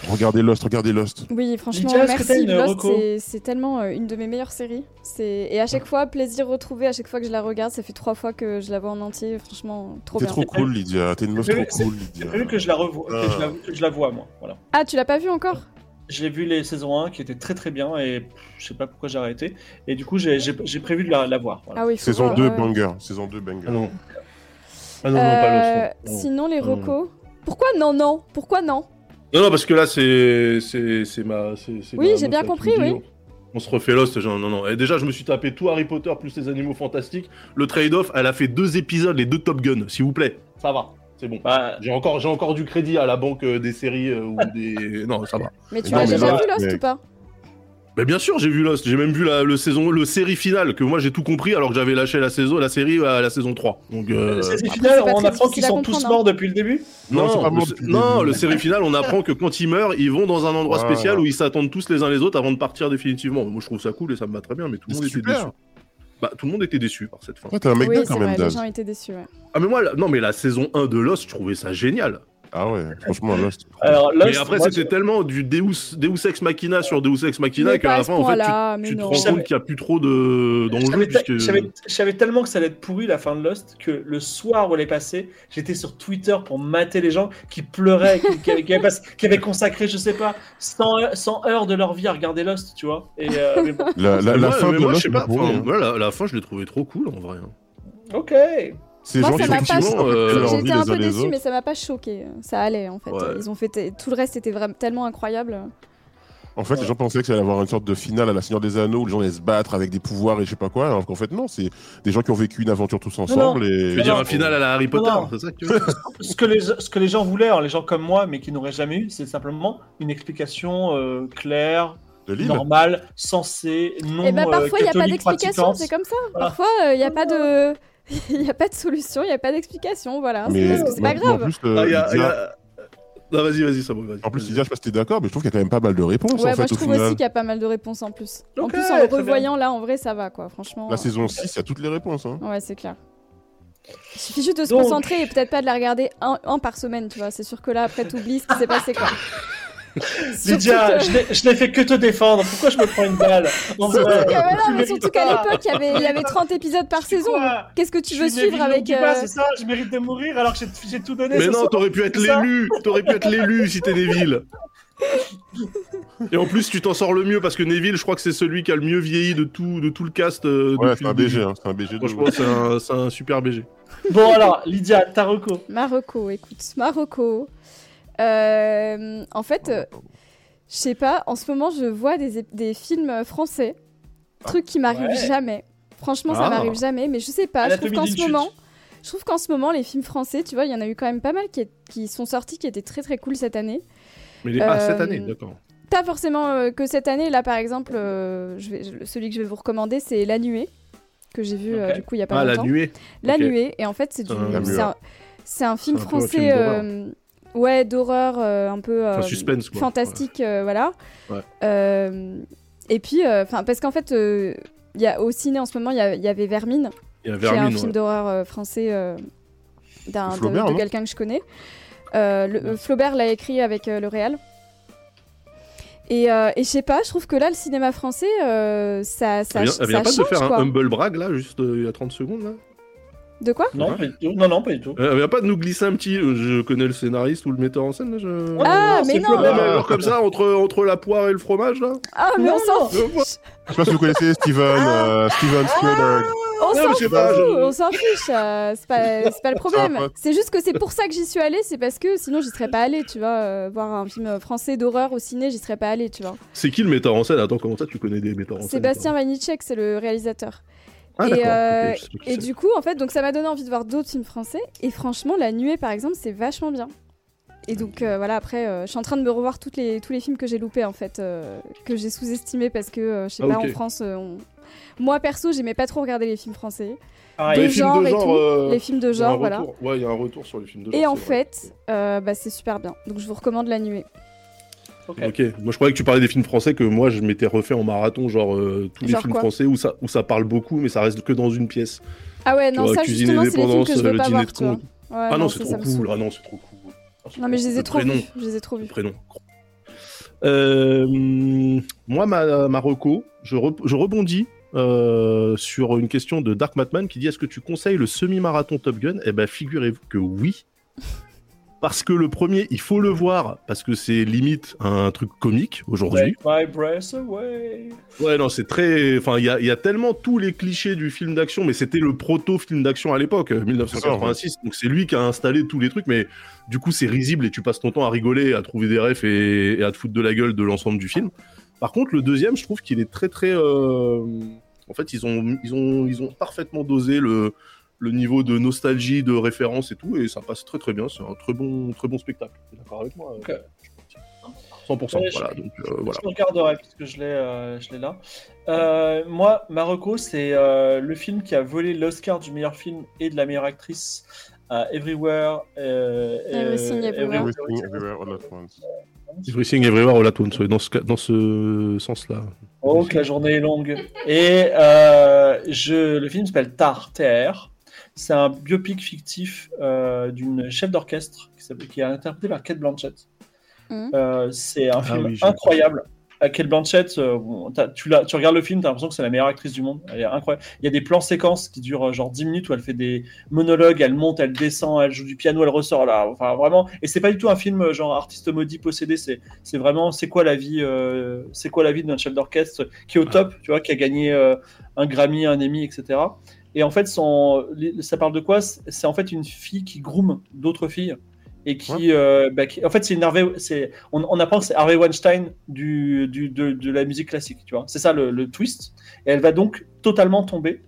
E: Regardez Lost, regardez Lost.
C: Oui, franchement,
A: Lydia, est-ce que t'as
C: merci.
A: une
C: Lost,
A: reco
C: c'est- c'est tellement euh, une de mes meilleures séries. C'est- Et à chaque fois, plaisir retrouvé. À chaque fois que je la regarde, ça fait trois fois que je la vois en entier. Franchement, trop
E: T'es
C: bien.
E: trop
A: C'est
E: cool, Lydia. T'es une meuf
A: C'est
E: trop
A: prévu-
E: cool,
A: C'est
E: Lydia.
A: prévu que je la revois, que je la,
E: Ah.
B: Euh.
A: que je la vois moi. Voilà.
C: Ah, tu l'as pas vu encore
A: J'ai vu les saisons 1 qui étaient très très bien et pff, je sais pas pourquoi j'ai arrêté. Et du coup, j'ai- j'ai j'ai prévu de la, la voir. voilà.
C: Ah oui, faut
E: Saison
C: voir,
E: 2,
C: ouais.
E: banger. Saison 2, banger.
B: Ah non. Ah non, non, pas
C: Euh,
B: Lost. Non.
C: Sinon, les
B: Non, non.
C: recos. Pourquoi non, non Pourquoi non
B: Non, non, parce que là, c'est c'est- c'est ma. c'est- c'est
C: Oui,
B: ma-
C: j'ai
B: ma-
C: bien
B: ça,
C: compris,
B: tu me dis,
C: oui.
B: On on se refait Lost, genre, non, non. Et déjà, je me suis tapé tout Harry Potter plus les animaux fantastiques. Le trade-off, elle a fait deux épisodes, les deux Top Gun, s'il vous plaît.
C: Ah
B: Ça va, c'est bon.
A: Bah,
B: J'ai encore, j'ai encore du crédit à la banque euh, des séries euh, ou des. Non, ça va.
C: Mais tu
E: Non,
C: l'as
E: mais
C: déjà
E: là,
C: vu Lost
E: mais-
C: ou pas
B: Mais bien sûr, j'ai vu Lost. J'ai même vu la le saison, le série finale, que moi j'ai tout compris alors que j'avais lâché la saison, la série à la saison 3. Donc. euh,
A: c'est final,
C: c'est pas
A: on
C: très
A: apprend
C: difficile
A: qu'ils
C: à
A: sont tous
C: comprendre, hein.
A: morts depuis le début.
E: Non, c'est
B: Non,
E: pas mort
B: le-
E: depuis le
B: non,
E: début.
B: le série finale, on apprend que quand ils meurent, ils vont dans un endroit
E: Voilà.
B: spécial où ils s'attendent tous les uns les autres avant de partir définitivement. Moi, je trouve ça cool et ça me va très bien, mais tout le
E: C'est
B: monde était
E: super.
B: déçu. Bah, tout le monde était déçu par cette fin.
E: Ouais, t'es un mec
C: Oui,
E: bien
C: c'est
E: quand
C: vrai,
E: même,
C: les
E: Daz.
C: gens étaient déçus. ouais.
B: Ah, mais moi, la- non, mais la saison 1 de Lost, je trouvais ça génial.
E: Ah ouais, franchement, Lost.
A: Alors là,
B: mais après, c'était tellement du Deus, Deus Ex Machina sur Deus Ex Machina
C: Mais
B: qu'à
C: pas à
B: la
C: ce
B: fin, en fait, tu,
C: point-là, mais
B: tu te
C: non.
B: rends
A: savais-
B: compte qu'il n'y a plus trop de
A: Je
B: d'enjeux
A: savais, te-
B: puisque.
A: je savais- je savais tellement que ça allait être pourri la fin de Lost que le soir où elle est passée, j'étais sur Twitter pour mater les gens qui pleuraient, qui, qui avaient, qui avaient pas- qui avaient consacré, je sais pas, 100, heures- 100 heures de leur vie à regarder Lost, tu vois. Et, euh, mais bon.
E: La, la,
B: Mais
E: la
B: moi,
E: fin
B: mais
E: de
B: moi, je
E: Lost, hein.
B: sais
E: c'est
B: pas,
E: pas pour
B: enfin,
E: rien.
B: moi, la, la fin, je l'ai trouvée trop cool en vrai. hein.
A: Ok.
E: Ces
C: Moi,
E: gens
C: ça
E: qui
C: m'a pas
E: effectivement,
B: choqué.
E: euh, leur vie
C: J'étais un
E: les uns
C: peu
E: les
C: déçue, mais
E: autres.
C: ça m'a pas choqué. Ça allait en fait.
B: Ouais.
C: Ils ont fait tout le reste était vraiment tellement incroyable.
E: En fait, les gens pensaient que ça allait avoir une sorte de finale à la Seigneur des Anneaux où les gens allaient se battre avec des pouvoirs et je sais pas quoi. Alors qu'en fait, non, c'est des gens qui ont vécu une aventure tous ensemble. et...
B: Tu veux dire un final à la Harry Potter,
A: Non.
B: c'est ça que tu veux
A: Ce que, les, ce que les gens voulaient, alors les gens comme moi, mais qui n'auraient jamais eu, c'est simplement une explication euh, claire,
E: de l'île
A: normale, sensée, non euh,
C: Et
B: euh,
C: bah parfois, il n'y a pas d'explication, c'est
A: c'est
C: comme ça.
A: Voilà.
C: Parfois, euh, il n'y a pas de. Il n'y a pas de solution, il n'y a pas d'explication, voilà. C'est
E: Ah, Mais
C: parce que c'est pas
E: mais
C: grave.
E: En plus, euh,
B: Ah, y a- y
E: Lydia-
B: a- Non, vas-y, vas-y, ça va, vas-y.
E: en plus, Lydia, je sais pas si t'es d'accord, mais je trouve qu'il y a quand même pas mal de réponses
C: Ouais, moi
E: en fait
C: je
E: au
C: trouve
E: final.
C: aussi qu'il y a pas mal de réponses en plus. en
A: Ok,
C: plus, en le
A: très
C: revoyant là, en vrai, ça va quoi, franchement.
E: La saison 6, il y a toutes les réponses. Hein.
C: Ouais, c'est clair. Il suffit juste de se
A: Donc-
C: concentrer et peut-être pas de la regarder un, un par semaine, tu vois. C'est sûr que là, après, t'oublies ce qui s'est passé quoi. Surtout
A: Lydia,
C: que-
A: je n'ai- je n'ai fait que te défendre. Pourquoi je me prends une balle En
C: Surtout
A: vrai,
C: que- voilà,
A: tu
C: mais
A: mérites
C: surtout
A: pas.
C: qu'à l'époque, il y avait- il y avait 30 épisodes par
A: Je suis
C: saison.
A: quoi
C: Qu'est-ce que
A: Je
C: tu veux
A: suis
C: suivre
A: Neville
C: avec.
A: Longueba,
C: euh,
A: c'est ça Je mérite de mourir alors que j'ai- j'ai tout donné.
B: Mais
A: ce
B: non,
A: soir.
B: t'aurais pu être
A: C'est ça
B: l'élu T'aurais pu être l'élu si t'es des villes Et en plus, tu t'en sors le mieux parce que Neville, je crois que c'est celui qui a le mieux vieilli de tout, de tout le cast. euh,
E: Ouais,
B: depuis
E: c'est un
B: le début.
E: BG, hein, c'est un BG. de
B: Franchement, c'est un, c'est un super BG.
A: Bon, alors, Lydia, Taroko.
C: Marocco, écoute, Marocco. Euh, en fait, euh, je sais pas, en ce moment, je vois des, ép- des films français, truc qui m'arrive
A: Ouais.
C: jamais. Franchement,
B: Ah.
C: ça m'arrive jamais, mais je sais pas, je trouve
A: Anatomie
C: qu'en
A: d'une
C: ce
A: chute.
C: moment, je trouve qu'en ce moment, les films français, tu vois, il y en a eu quand même pas mal qui, est- qui sont sortis, qui étaient très très cool cette année.
B: Mais il est pas
C: Euh,
B: cette année, d'accord.
C: Pas forcément euh, que cette année, là par exemple, euh, je vais- je- celui que je vais vous recommander, c'est La Nuée, que j'ai vu euh,
A: Ok.
C: du coup il y a pas
B: Ah, la
C: longtemps.
B: nuée.
C: La
B: Ok.
C: Nuée, et en fait, c'est du-
B: Euh,
E: La Nuée,
C: c'est un, c'est un film
B: C'est un peu un
C: français.
B: film d'horreur.
C: euh, ouais, d'horreur, euh, un peu.
B: Enfin,
C: euh,
B: suspense, quoi.
C: Fantastique, euh, voilà.
B: Ouais.
C: Euh, et puis, euh, 'fin, parce qu'en fait, euh, il y a, au ciné en ce moment, il y, a- il y avait Vermine,
B: Il y a
C: qui est un
B: Vermine.
C: film
B: ouais.
C: d'horreur euh, français euh, d'un-
E: De
C: de,
E: Flaubert,
C: de
E: non
C: quelqu'un que je connais. Euh, le- euh, Flaubert l'a écrit avec euh, le Réal. Et, euh, et je sais pas, je trouve que là, le cinéma français, euh, ça, ça,
B: Elle vient,
C: ça
B: elle vient eh pas
C: change,
B: de faire hein. Euh,
C: quoi.
B: un humble brag là, juste euh, il y a 30 secondes là
C: De quoi
A: Non, pas du tout. Non, non, pas du tout.
B: Euh, Elle vient pas de nous glisser un petit. euh, Je connais le scénariste ou le metteur en scène là je...
A: Ah,
C: Ah,
A: non,
C: mais
A: c'est
C: non
B: Ah, mais
A: Flaubert.
B: alors, comme ça, entre, entre la poire et le fromage là
C: Ah, mais
A: Non,
C: on s'en
B: non.
C: fiche
E: Je sais pas si vous connaissez Steven,
C: Ah.
E: euh, Steven Spielberg.
C: On
B: mais
C: s'en
B: je sais
C: fout,
B: pas, je-
C: on s'en fiche, euh, c'est pas, c'est pas le
E: Ça va
C: problème.
E: pas.
C: C'est juste que c'est pour ça que j'y suis allée, c'est parce que sinon j'y serais pas allée, tu vois. euh, voir un film français d'horreur au ciné, j'y serais pas allée, tu vois.
B: C'est qui le metteur en scène Attends, comment ça tu connais des metteurs en scène
C: Sébastien Vanitschek, c'est le réalisateur.
B: toi Ah,
C: et,
B: d'accord,
C: euh,
B: ok, je sais pas qui
C: Et
B: c'est.
C: du coup, en fait, donc ça m'a donné envie de voir d'autres films français. Et franchement, La Nuée, par exemple, c'est vachement bien. Et donc euh, voilà, après, euh, je suis en train de me revoir toutes les, tous les films que j'ai loupés, en fait, euh, que j'ai sous-estimés parce que, euh, je sais
B: Ah,
C: pas,
B: ok.
C: en France, euh, on- moi perso, j'aimais pas trop regarder les films français.
A: Pareil.
C: des
B: les films
C: genres
B: de
C: et
B: genre,
C: tout,
B: euh,
C: les films de
B: il y a un
C: genre, voilà.
B: retour. Ouais, il y a un retour sur les films de genre.
C: Et en
B: c'est vrai.
C: fait, euh, bah, c'est super bien. Donc je vous recommande la nuée.
A: Ok.
B: Ok, moi je croyais que tu parlais des films français que moi je m'étais refait en marathon, genre euh, tous les
C: Genre
B: films
C: quoi
B: français où ça, où ça parle beaucoup mais ça reste que dans une pièce.
C: Ah ouais,
B: Tu
C: non,
B: vois,
C: ça
B: Cuisine
C: justement, c'est les films
B: Indépendance,
C: que je
B: euh,
C: veux
B: le
C: pas
B: dîner
C: voir,
B: de
C: tu vois.
B: cons.
C: Ouais,
B: Ah non,
C: non,
B: c'est
C: ça,
B: trop
C: ça me saoule.
B: cool, ah non, c'est trop cool.
C: Non, mais je les ai
B: Le
C: trop
B: prénom.
C: vus. Je les ai trop
B: Le
C: vus.
B: prénom. Euh, moi, ma, ma reco, je, re- je rebondis euh, sur une question de Dark Matman qui dit Est-ce que tu conseilles le semi-marathon Top Gun Eh ben, figurez-vous que oui. Parce que le premier, il faut le voir, parce que c'est limite un truc comique aujourd'hui. Euh,
A: Take my breath away.
B: Ouais, non, c'est très. Enfin, il y a, il y a tellement tous les clichés du film d'action, mais c'était le proto-film d'action à l'époque, euh, 1986. Donc c'est lui qui a installé tous les trucs, mais du coup, c'est risible et tu passes ton temps à rigoler, à trouver des refs et, et à te foutre de la gueule de l'ensemble du film. Par contre, le deuxième, je trouve qu'il est très, très. euh, En fait, ils ont, ils ont, ils ont parfaitement dosé le, le niveau de nostalgie, de référence et tout, et ça passe très, très bien. C'est un très bon, très bon spectacle. T'es D'accord avec moi euh,
A: Ok.
B: 100%.
A: Ouais, je-
B: voilà. Donc, euh, voilà.
A: Je regarderai puisque je l'ai, euh, je l'ai là. Euh, moi, Marocco, c'est euh, le film qui a volé l'Oscar du meilleur film et de la meilleure actrice à Everywhere. euh,
C: Everything,
A: euh,
C: Ah, Everywhere.
E: Everything, everywhere, all at once.
B: Everything Everywhere All At Once, ouais, dans ce, ca- dans ce sens-là.
A: Oh, que la journée est longue. Et euh, je, le film s'appelle Tar, TR. C'est un biopic fictif euh, d'une chef d'orchestre qui, s'appelle- qui est interprétée par Kate Blanchett.
C: Mhm.
A: Euh, c'est un
B: Ah
A: film
B: oui, j'ai-
A: incroyable. Euh, Kate Blanchett, euh, bon, t'as- tu, la- tu regardes le film, tu as l'impression que c'est la meilleure actrice du monde. Elle est incroyable. Il y a des plans séquences qui durent euh, genre 10 minutes où elle fait des monologues, elle monte, elle descend, elle joue du piano, elle ressort là. Enfin, vraiment. Et c'est pas du tout un film euh, genre artiste maudit possédé, c'est c'est vraiment c'est quoi la vie euh, c'est quoi la vie d'un chef d'orchestre qui est au top tu vois qui a gagné euh, un Grammy un Emmy etc et en fait son les- ça parle de quoi c'est c'est en fait une fille qui groom d'autres filles et qui, euh, bah, qui- en fait c'est une Harvey c'est on, on apprend que c'est Harvey Weinstein du, du de, de la musique classique tu vois c'est ça le, le twist et elle va donc totalement tomber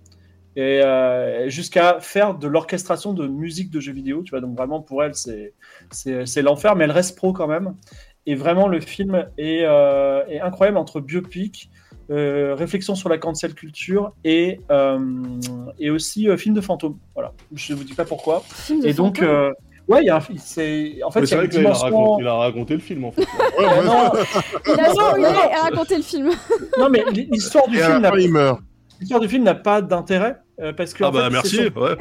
A: et euh, jusqu'à faire de l'orchestration de musique de jeux vidéo tu vois donc vraiment pour elle c'est c'est c'est l'enfer mais elle reste pro quand même et vraiment, le film est, euh, est incroyable entre biopic, euh, réflexion sur la cancel culture et, euh, et aussi euh, film de fantôme. Voilà, je ne vous dis pas pourquoi.
C: Film de
A: Et donc,
C: fantôme.
A: euh, ouais, il y a un fi- c'est en fait
B: Mais
A: il y a une
B: que là, il a
A: dimension.
B: raconté- il a raconté le film en fait.
E: Ouais, ouais,
A: Non,
C: Il a spoilé
A: non.
C: et raconté le film.
A: non, mais l'histoire du
E: Et à
A: film
E: la
A: n'a
E: fin, il meurt.
A: l'histoire du film n'a pas d'intérêt euh, parce que
B: ah
A: en fait,
B: bah
A: c'est
B: merci.
A: sur-
B: ouais.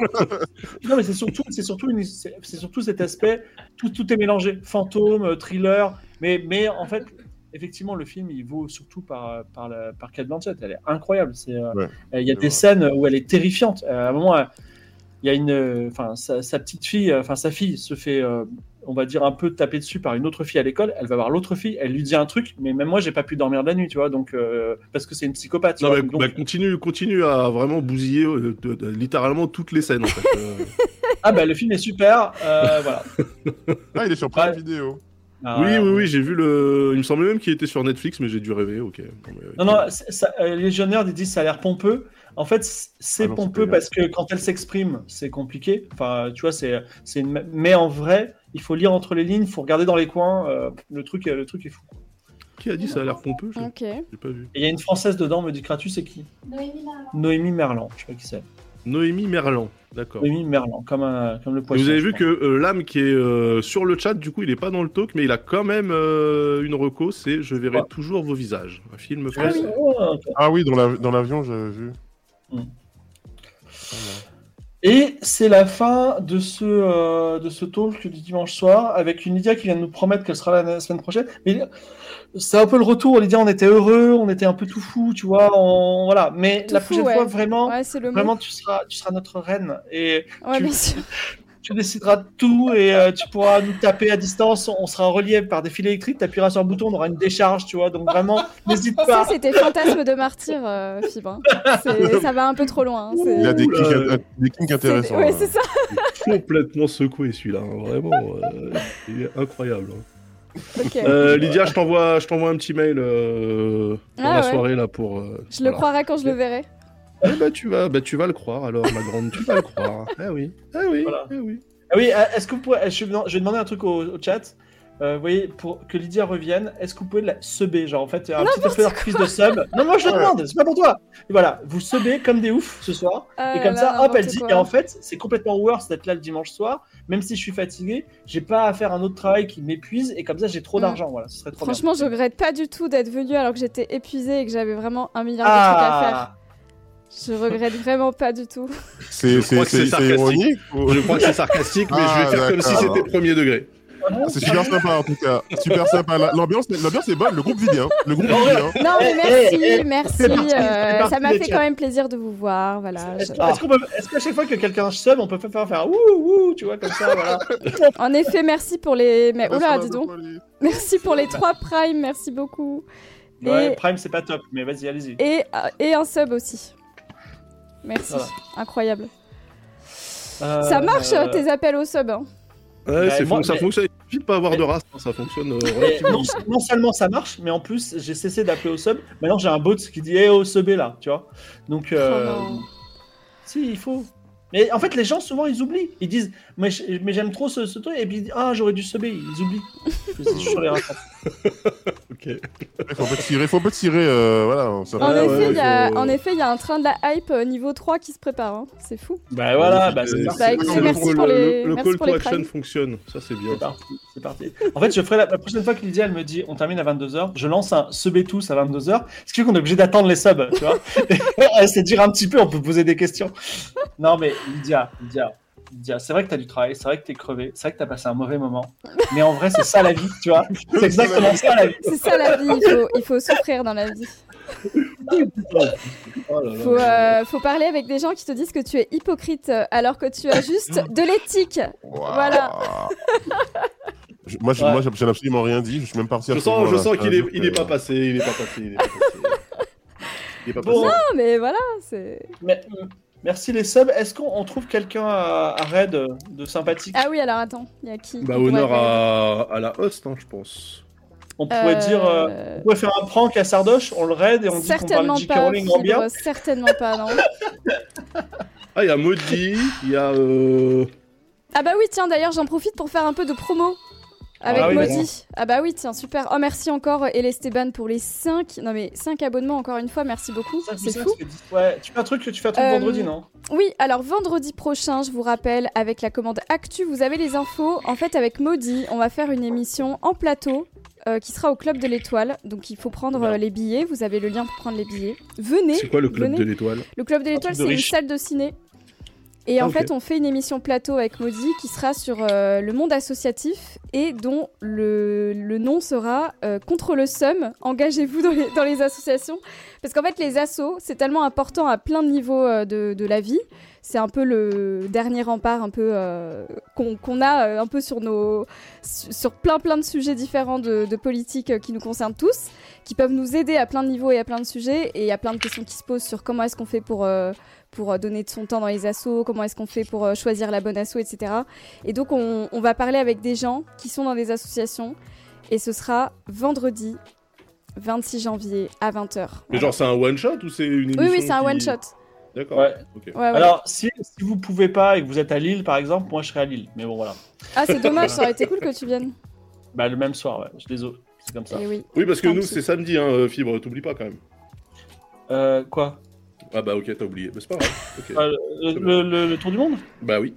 A: Non, mais c'est surtout, c'est surtout, une- c'est c'est surtout cet aspect, tout, tout est mélangé, fantôme, euh, thriller, mais, mais en fait, effectivement, le film, il vaut surtout par, euh, par, la, par Kate Blanchett, elle est incroyable. c'est, euh,
E: Ouais,
A: euh, il y a des
E: c'est vrai.
A: scènes où elle est terrifiante. Euh, à un moment, elle- il y a une, euh, enfin, sa, sa petite fille, euh, enfin, sa fille se fait euh, on va dire, un peu tapée dessus par une autre fille à l'école, elle va voir l'autre fille, elle lui dit un truc, mais même moi, j'ai pas pu dormir de la nuit, tu vois, donc, euh, parce que c'est une psychopathe. tu
B: Non,
A: vois,
B: mais
A: donc-
B: bah, continue, continue à vraiment bousiller euh, de- de- littéralement toutes les scènes. En fait. Euh,
A: Ah, bah, le film est super, euh, voilà.
E: Ah, il est sur Prime
A: Ouais.
E: Vidéo.
A: Ah,
B: oui, oui, oui, j'ai vu le. Il me semblait même qu'il était sur Netflix, mais j'ai dû rêver. Ok. Bon, mais-
A: Non, non, c'est- ça, euh, les légionnaires ils disent ça a l'air pompeux. En fait, c- c'est
E: Ah non, c'est pas
A: pompeux
E: bien.
A: parce que quand elle s'exprime, c'est compliqué. Enfin, tu vois, c'est, c'est une... Mais en vrai, il faut lire entre les lignes, il faut regarder dans les coins. euh, le, truc, le truc est fou.
B: Qui a dit ça a l'air pompeux Je l'ai-
C: Ok.
B: J'ai pas vu.
A: Et il y a une française dedans, me dit Kratus, c'est qui Noémie Merlan, je sais pas qui c'est.
B: Noémie Merlan. D'accord.
A: Noémie Merlan, comme, un, comme le
B: Et
A: poisson.
B: Vous avez vu
A: je
B: que euh, l'âme qui est euh, sur le chat, du coup, il est pas dans le talk, mais il a quand même euh, une reco, c'est Je verrai
A: Ouais.
B: toujours vos visages. Un film
A: pense.
B: français.
A: Ah, ok.
E: Ah oui, dans la- dans l'avion, j'avais vu.
A: Hmm.
E: Ah, non.
A: Et c'est la fin de ce, euh, de ce talk du dimanche soir avec une Lydia qui vient de nous promettre qu'elle sera là la semaine prochaine. Mais c'est un peu le retour, Lydia, on était heureux, on était un peu tout fou, tu vois. On... Voilà. Mais
C: Tout
A: la
C: fou,
A: prochaine
C: ouais.
A: fois, vraiment,
C: Ouais, c'est le mot.
A: vraiment tu, seras, tu seras notre reine et
C: Ouais,
A: tu-
C: bien sûr.
A: tu décideras de tout et euh, tu pourras nous taper à distance. On sera relié par des fils électriques, tu appuieras sur le bouton, on aura une décharge, tu vois. Donc vraiment, n'hésite
C: Ça,
A: pas.
C: c'était fantasme de martyr, euh, Fibre. C'est- Ça va un peu trop loin. hein, c'est-
E: Il y a des
B: Ouh là là.
E: kinks, des kinks
C: c'est-
E: intéressants.
B: hein.
C: Ouais,
E: là.
C: c'est ça.
B: Complètement secoué celui-là. hein. Vraiment, euh, il est incroyable. hein.
C: Ok.
B: Euh, Lydia, je t'envoie, je t'envoie un petit mail euh, pour la
C: Ah ouais.
B: soirée là pour. euh,
C: Je le
B: voilà.
C: croirai quand je le verrai.
B: Eh ben, tu vas, bah, tu vas le croire alors, ma grande, tu vas le croire. Ah oui, ah oui,
A: Voilà.
B: eh oui.
A: Ah oui, euh, est-ce que vous pouvez. Je vais, non, je vais demander un truc au, au chat. Euh, vous voyez, pour que Lydia revienne, est-ce que vous pouvez la subber Genre, en fait, un petit effet d'artifice de sub. Non, moi, je le
E: Ouais.
A: demande, c'est pas pour toi. Et voilà, vous subez comme des oufs ce soir.
C: Ah
A: et comme
C: là
A: ça,
C: là,
A: hop, elle
C: n'importe
A: dit.
C: quoi.
A: Et en fait, c'est complètement worse d'être là le dimanche soir. Même si je suis fatigué, j'ai pas à faire un autre travail qui m'épuise. Et comme ça, j'ai trop
C: Mm.
A: d'argent. Voilà, ce serait trop bien.
C: Franchement, je regrette pas du tout d'être venue alors que j'étais épuisée et que j'avais vraiment un milliard
A: Ah,
C: de trucs à faire. Je regrette vraiment pas du tout.
E: C'est
B: crois que
E: c'est-
B: c'est
E: c'est- c'est
B: sarcastique.
E: ironique. ou-
B: Je crois que c'est sarcastique, mais je
E: Ah,
B: vais faire comme si
E: d'accord.
B: c'était premier degré.
A: ah,
E: Ah, C'est super sympa en tout cas. Super sympa. La- L'ambiance l'ambiance est bonne. Le groupe vit bien. Le groupe vit bien.
C: Non, mais
A: Eh,
C: merci,
A: eh, eh,
C: merci.
A: c'est parti, c'est
C: euh,
A: parti,
C: ça m'a
A: le
C: fait
A: chat.
C: quand même plaisir de vous voir. Voilà.
A: Est-ce
C: je-
A: est-ce qu'on peut- est-ce qu'à chaque fois que quelqu'un sub, on peut faire faire ouh ouh, tu vois, comme ça, voilà.
C: En effet, merci pour les. Mais oula,
E: Personne
C: dis
E: n'a
C: donc.
E: pas les-
C: Merci pour les trois primes, merci beaucoup. Et-
A: Ouais, Prime, c'est pas top, mais vas-y, allez-y.
C: Et, euh, et un sub aussi. Merci,
A: Voilà.
C: incroyable.
A: Euh,
C: Ça marche
A: euh,
C: tes appels au sub. hein.
B: Ouais,
A: Bah,
B: c'est
A: moi,
B: fon- ça
A: mais-
B: fonctionne. Il suffit de pas avoir
A: mais-
B: de race, hein, ça fonctionne. euh,
A: Et
B: relativement.
A: non, non seulement ça marche, mais en plus j'ai cessé d'appeler au sub. Maintenant j'ai un bot qui dit hey, au subé là, tu vois. Donc, euh,
C: Oh non.
A: si il faut. Mais en fait, les gens souvent ils oublient. Ils disent mais je- mais j'aime trop ce, ce truc et puis ils disent, ah j'aurais dû subé. Ils oublient. Je suis sur les rattraper.
B: Ok.
E: Il faut un peu tirer. Faut un peu tirer. euh, Voilà. ça
C: En,
B: ouais,
E: va.
C: effet, il y a,
B: faut-
C: en effet, il y a un train de la hype euh, niveau 3 qui se prépare. hein. C'est fou.
A: Bah voilà, bah, c'est
B: Euh,
A: parti.
C: Bah, écoutez,
B: le-
C: merci
B: le-
C: pour les-
B: Le
C: merci
B: call
C: pour
B: to
C: les
B: action
C: primes.
B: fonctionne, ça c'est bien.
A: C'est parti, c'est parti. En fait, je ferai la, la prochaine fois que Lydia elle me dit on termine à 22h, je lance un subé tous à 22h, ce qui fait qu'on est obligé d'attendre les subs, tu vois. Elle sait dire un petit peu, on peut poser des questions. Non, mais Lydia, Lydia, Lydia, c'est vrai que t'as du travail, c'est vrai que t'es crevé, c'est vrai que t'as passé un mauvais moment, mais en vrai, c'est ça la vie, tu vois. C'est exactement ça la vie.
C: C'est ça la vie, il faut, il faut souffrir dans la vie.
B: Oh là là.
C: Faut, euh, faut parler avec des gens qui te disent que tu es hypocrite euh, alors que tu as juste de l'éthique.
E: Waouh.
C: Voilà.
E: Je- Moi, je
A: Ouais.
E: moi, j'ai- j'ai absolument rien dit. Je suis même parti. à
B: Je
E: ce moment-là.
B: sens, je sens
E: C'est
B: qu'il est,
E: un
B: il
E: doute,
B: est pas
E: euh,
B: passé, il est pas passé, il est pas passé. Il est pas
A: Bon,
B: passé.
C: Non, mais voilà, c'est.
A: mais- merci les subs. Est-ce qu'on on trouve quelqu'un à, à raid euh, de sympathique
C: Ah oui, alors attends, il y a qui
B: Bah,
C: qu'on pourrait
B: honneur
C: appeler
B: à, à la host, hein, je pense.
A: On pourrait
C: Euh,
A: dire. euh, on pourrait faire un prank à Sardoche, on le raid et on dit qu'on parle
C: certainement
A: de J.K.
C: pas,
A: Rowling en bien.
C: Fibre, certainement pas, non.
B: Ah, il y a Maudit, il y a. Euh...
C: Ah bah oui, tiens, d'ailleurs, j'en profite pour faire un peu de promo avec
A: Ah oui,
C: Maudit. Ah bah oui, tiens, super. Oh, merci encore, euh, Elesteban, pour les 5... Non mais 5 abonnements, encore une fois, merci beaucoup,
A: Ça,
C: c'est
A: ça,
C: fou.
A: ça fait- Ouais, tu fais un truc que tu fais un truc
C: Euh,
A: vendredi, non
C: Oui, alors vendredi prochain, je vous rappelle, avec la commande Actu, vous avez les infos. En fait, avec Maudit, on va faire une émission en plateau euh, qui sera au Club de l'Étoile. Donc, il faut prendre euh, les billets. Vous avez le lien pour prendre les billets. Venez.
B: C'est quoi le club
C: venez.
B: de l'étoile
C: Le Club de
A: truc
C: l'Étoile,
A: de
C: c'est une
A: riche.
C: salle de ciné. Et
B: Ah,
C: en
B: ok.
C: fait, on fait une émission plateau avec Maudie qui sera sur euh, le monde associatif et dont le, le nom sera euh, Contre le SEUM, engagez-vous dans les, dans les associations. Parce qu'en fait, les assos, c'est tellement important à plein de niveaux euh, de, de la vie. C'est un peu le dernier rempart un peu euh, qu'on qu'on a euh, un peu sur nos su- sur plein plein de sujets différents de, de politique euh, qui nous concernent tous, qui peuvent nous aider à plein de niveaux et à plein de sujets. Et il y a plein de questions qui se posent sur comment est-ce qu'on fait pour euh, pour euh, donner de son temps dans les assos, comment est-ce qu'on fait pour euh, choisir la bonne asso, etc. Et donc on, on va parler avec des gens qui sont dans des associations et ce sera vendredi 26 janvier à 20h.
B: Mais genre, c'est un one-shot ou c'est une émission
C: Oui, oui, c'est un
B: qui-
C: one shot.
B: D'accord.
A: Ouais.
B: ok.
C: ah Ouais, ouais.
A: Alors, si, si vous pouvez pas et que vous êtes à Lille, par exemple, moi je serai à Lille. Mais bon, voilà.
C: Ah, c'est dommage, ça aurait été cool que tu viennes.
A: Bah, le même soir, ouais. Je suis désolé. C'est comme ça.
C: Eh oui.
B: Oui, parce que
C: Tant
B: nous,
C: pis.
B: c'est samedi, hein, euh, Fibre, t'oublies pas quand même.
A: Euh, quoi
B: Ah bah ok, t'as oublié. Mais c'est pas grave. Ok.
A: Euh, le, le- le- le tour du monde
B: Bah oui.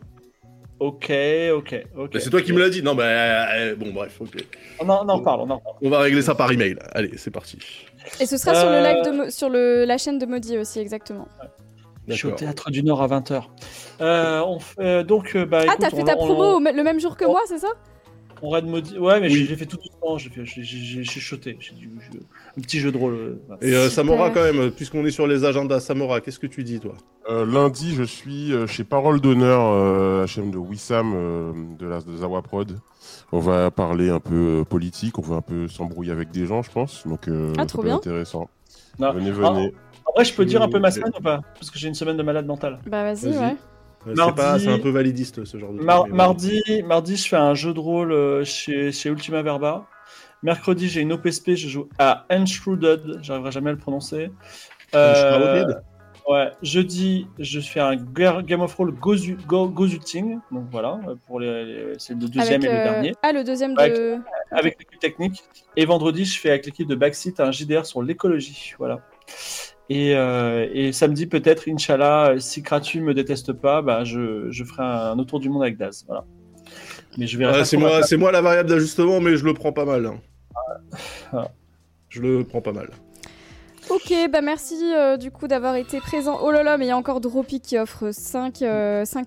A: Ok, ok, ok.
B: Bah, c'est toi qui me l'as dit. Non, bah euh, euh, bon, bref, ok.
A: On en, on en reparle, on en reparle.
B: On va régler ça par email. Allez, c'est parti.
C: Et ce sera sur, le
A: Euh,
C: live de Mo- sur le, la chaîne de Maudie aussi, exactement.
A: Je suis au
B: D'accord.
A: Théâtre du Nord à 20h. on fait, euh, donc, euh, bah,
C: Ah,
A: écoute,
C: t'as fait
A: on- on-
C: ta
A: Oh.
C: promo au- le même jour que
A: on-
C: moi, c'est ça
A: On raid maudit. Ouais, mais
B: Oui.
A: j'ai- j'ai fait tout doucement. J'ai fait- j'ai- j'ai- j'ai chuchoté. J'ai dit je- un petit jeu de rôle. euh, voilà.
B: Et euh,
C: Super.
B: Samora, quand même, puisqu'on est sur les agendas, Samora, qu'est-ce que tu dis, toi
E: Euh, lundi, je suis euh, chez Parole d'honneur, euh, HM de Wissam euh, de la de Zawa Prod. On va parler un peu euh, politique, on va un peu s'embrouiller avec des gens, je pense. Donc, euh,
C: Ah,
E: ça
C: trop
E: peut être
C: bien.
E: intéressant.
B: Ah.
A: Non.
E: Venez, venez.
A: En vrai, je peux dire un peu ma
B: Je-
A: semaine ou pas Parce que j'ai une semaine de malade mentale.
C: Bah, vas-y,
B: Vas-y.
C: ouais.
B: Euh,
A: Mardi-
B: C'est pas- c'est un peu validiste ce genre de. truc,
A: Mar-
B: mais bon.
A: mardi, mardi, je fais un jeu de rôle euh, chez, chez Ultima Verba. Mercredi, j'ai une OPSP. Je joue à Enshrouded. J'arriverai jamais à le prononcer. Euh,
B: Enshrouded
A: ouais. Jeudi, je fais un Ga- Game of Roll Gozu- Go- Gozuting. Donc voilà, euh, pour les, les- c'est le deuxième
C: Avec,
A: et le
C: euh,
A: dernier. Bah,
C: Ah, le deuxième
A: Avec-
C: de.
A: avec l'équipe technique. Et vendredi, je fais avec l'équipe de Backseat un JDR sur l'écologie. Voilà. Et, euh, et samedi, peut-être, Inch'Allah, euh, si Kratu me déteste pas, bah, je, je ferai un autour du monde avec Daz. Voilà. Mais je verrai.
B: Ouais,
A: pas
B: c'est
A: comment-
B: moi, c'est moi la variable d'ajustement, mais je le prends pas mal. hein.
A: Ah.
B: Je le prends pas mal.
C: Ok, bah merci euh, du coup d'avoir été présent. Oh là là, mais il y a encore Dropi qui offre 5,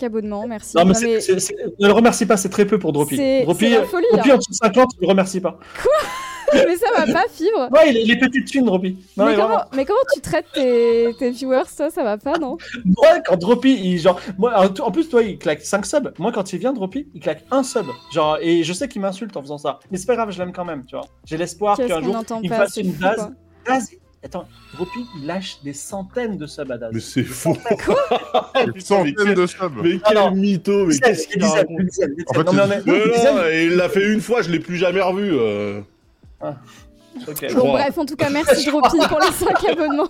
C: abonnements. Merci.
A: Non, mais
C: Non,
A: c'est-
C: mais
A: c'est- c'est- ne le remercie pas, c'est très peu pour Dropi.
C: c'est
A: Dropi,
C: c'est la
A: euh,
C: folie.
A: Dropi
C: hein.
A: en dessous de 50, ne le remercie pas.
C: mais ça va pas, Fibre.
A: Ouais, il est, il est petit de thune, Dropi. Non,
C: mais,
A: mais
C: comment,
A: vraiment.
C: mais comment tu traites tes, tes viewers, ça, ça va pas, non
A: Moi, quand Dropi, il, genre, moi, en tout- en plus, toi, il claque 5 subs. Moi, quand il vient, Dropi, il claque un sub. Genre, et je sais qu'il m'insulte en faisant ça. Mais c'est pas grave, je l'aime quand même, tu vois. J'ai l'espoir
C: Qu'est-ce
A: qu'un
C: qu'on
A: jour,
C: n'entend
A: il
C: pas
A: fasse
C: C'est
A: une
C: fou,
A: base.
C: quoi.
A: Daz, attends, Dropi, il lâche des centaines de subs à Daz.
B: Mais c'est faux.
E: Une centaine de subs.
B: Mais
A: Ah,
B: quel
A: non.
B: mytho, mais
A: Des
B: qu'est-ce
A: dizaines, des
B: qu'il a
A: dizaines,
B: raconté
A: des dizaines, des
E: En fait,
A: dizaines. Non, mais on est-
B: Mais
A: des dizaines.
B: non, et il l'a fait une fois, je l'ai plus jamais revu. euh.
A: Ok.
B: je
C: Bon,
B: crois.
C: bref, en tout cas, merci Dropi pour les 5 abonnements.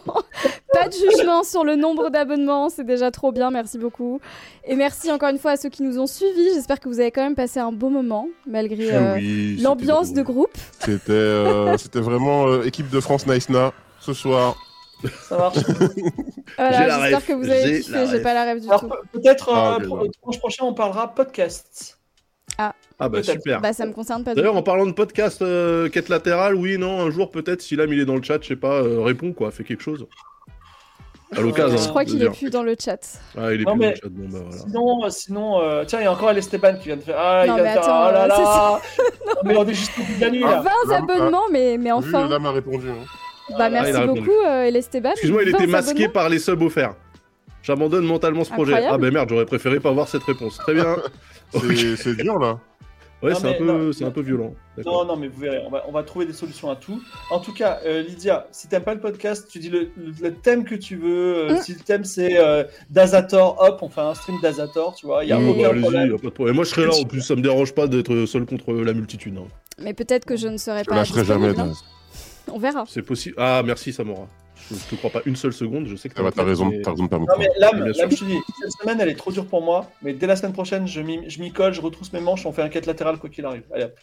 C: Pas de jugement sur le nombre d'abonnements, c'est déjà trop bien, merci beaucoup. Et merci encore une fois à ceux qui nous ont suivis. J'espère que vous avez quand même passé un beau moment, malgré euh,
E: Oui, c'était
C: l'ambiance de
E: drôle.
C: groupe.
E: C'était euh, c'était vraiment euh, équipe de France Naïsna ce soir.
A: Ça marche.
B: J'ai la
C: Voilà, j'espère
B: ref,
C: que vous avez
B: j'ai la
C: kiffé, j'ai
B: ref.
C: pas la rêve du
A: Alors,
C: tout.
A: pe- peut-être, euh,
E: Ah, ok,
A: pro-
E: bon.
A: dimanche prochain, on parlera podcast.
B: Ah bah
A: Peut-être.
B: super.
C: Bah, ça me concerne pas du
B: D'ailleurs,
C: tout.
B: en parlant de podcast, euh, quête latérale, oui, non, un jour peut-être, si l'âme il est dans le chat, je sais pas, euh, réponds quoi, fais quelque chose. À l'occasion.
C: Je crois
B: de
C: qu'il est
B: dire.
C: plus dans le chat.
B: Ah, il est
A: Non,
B: plus
A: mais-
B: dans le chat, bon bah voilà.
A: Sinon, euh, sinon euh, tiens, il y a encore Esteban qui vient de faire. Ah,
C: Non,
A: il
C: mais
A: va faire.
C: attends,
A: ah là
C: euh, c'est
A: là Non, Mais on est juste au bout de la nuit, là.
C: 20
E: là,
C: abonnements, mais, mais
E: Vu,
C: enfin.
E: la dame a répondu. hein.
C: Bah,
B: là, il
C: merci
B: a répondu.
C: beaucoup, euh, El Esteban.
B: Excuse-moi, il
C: 20
B: était masqué
C: abonnements.
B: par les subs offerts. J'abandonne mentalement ce projet.
C: Incroyable.
B: Ah bah merde, j'aurais préféré pas voir cette réponse. Très bien.
E: C'est c'est dur là.
B: Ouais,
A: Non,
B: c'est un,
A: mais
B: peu-
A: non.
B: c'est un peu violent. D'accord.
A: Non, non, mais vous verrez, on va, on va trouver des solutions à tout. En tout cas, euh, Lydia, si t'aimes pas le podcast, tu dis le, le- le thème que tu veux. euh,
C: Mm.
A: Si le thème c'est euh, Dazator, hop, on fait un stream Dazator, tu vois, il y a
B: Ouais,
C: Oui,
B: bah,
A: aucun
B: allez-y,
A: problème.
B: y a pas de problème. Moi, je serai là. En plus, ça me dérange pas d'être seul contre la multitude. hein.
C: Mais peut-être que je ne serai
E: Je
C: pas.
E: lâcherai jamais.
C: disponible, hein.
E: Daz.
C: On verra.
B: C'est possible. Ah, merci, Samora. Je te crois pas une seule seconde. Je sais que
E: Ça va, Ah bah, T'as raison,
B: mais-
E: t'as raison de pas me
A: Non,
E: croire.
A: mais l'âme,
B: Bien sûr.
A: l'âme, je te dis, cette semaine elle est trop dure pour moi, mais dès la semaine prochaine, je m'y je m'y colle, je retrousse mes manches, on fait un quête latérale quoi qu'il arrive. Allez, hop.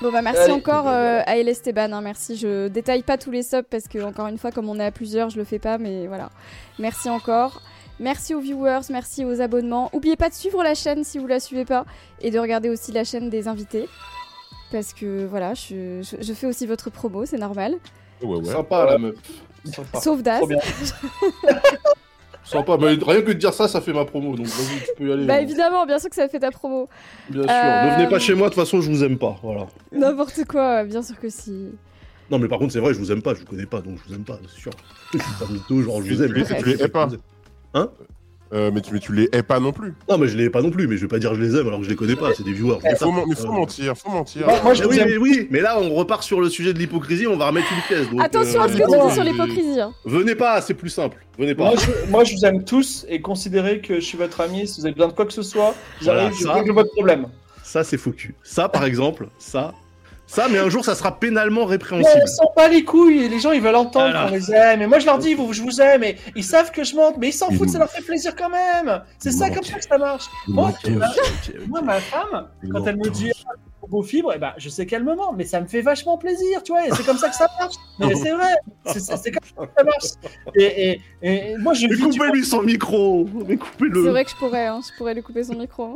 C: Bon bah merci
A: Allez.
C: encore euh, à El Esteban, hein, merci. Je détaille pas tous les subs parce que encore une fois comme on est à plusieurs je le fais pas mais voilà. Merci encore. Merci aux viewers, merci aux abonnements. Oubliez pas de suivre la chaîne si vous la suivez pas et de regarder aussi la chaîne des invités. Parce que voilà, je, je- je fais aussi votre promo, c'est normal.
E: Ouais, ouais.
A: Ah,
B: Sympa la meuf.
A: Sympa.
C: Sauf Daz.
A: Trop bien.
B: Sympa, mais rien que de dire ça, ça fait ma promo, donc vas-y, tu peux y aller.
C: Bah
B: hein.
C: évidemment, bien sûr que ça fait ta promo.
B: Bien sûr,
C: Euh,
B: ne venez pas chez moi, de toute façon, je vous aime pas, voilà.
C: N'importe quoi, bien sûr que si.
B: Non, mais par contre, c'est vrai, je vous aime pas, je vous connais pas, donc je vous aime pas, c'est sûr. Je suis pas mytho, genre, je vous aime.
E: Tu les- tu les hais pas.
B: Je vous aime.
E: Euh, mais, tu, mais tu les hais pas non plus.
B: Non, mais je les hais pas non plus, mais je vais pas dire je les aime alors que je les connais pas, c'est des viewers.
E: Il Eh, faut,
B: putain.
E: men- mais faut mentir, faut mentir.
A: Moi- moi,
E: Euh,
A: je-
B: Eh oui,
A: vous aime.
B: mais oui, mais là, on repart sur le sujet de l'hypocrisie, on va remettre une pièce. donc,
C: Attention à
B: euh,
C: ce que tu
A: évidemment,
C: dis sur
B: euh,
C: l'hypocrisie. hein.
B: Venez pas, c'est plus simple, venez pas.
A: Moi je, moi, je vous aime tous et considérez que je suis votre ami. Si vous avez besoin de quoi que ce soit, j'arrive,
B: Voilà,
A: je
B: ça.
A: règle votre problème.
B: Ça, c'est faux cul. Ça, par exemple, ça, ça, mais un jour, ça sera pénalement
A: Mais
B: répréhensible.
A: on s'en bat les couilles et les gens ils veulent entendre
B: Voilà.
A: qu'on les aime. Et moi je leur dis, vous, je vous aime et ils savent que je mente, mais ils s'en
E: Ils
A: foutent, ça
E: mentent.
A: leur fait plaisir quand même. C'est ça
E: Ils
A: comme ça que ça marche. Moi,
E: mentent.
A: tu vois, moi, ma femme, quand elle me dit ah, beau fibre, eh ben, je sais qu'elle me ment, mais ça me fait vachement plaisir, tu vois. Et c'est comme ça que ça marche. Mais c'est vrai, c'est- c'est c'est comme ça que ça marche. Et, et- et moi je
B: Mais
A: vis du-
B: coupez-lui son micro Mais
C: C'est
B: coupez-le
C: vrai que je pourrais, hein, je pourrais lui couper son micro. hein.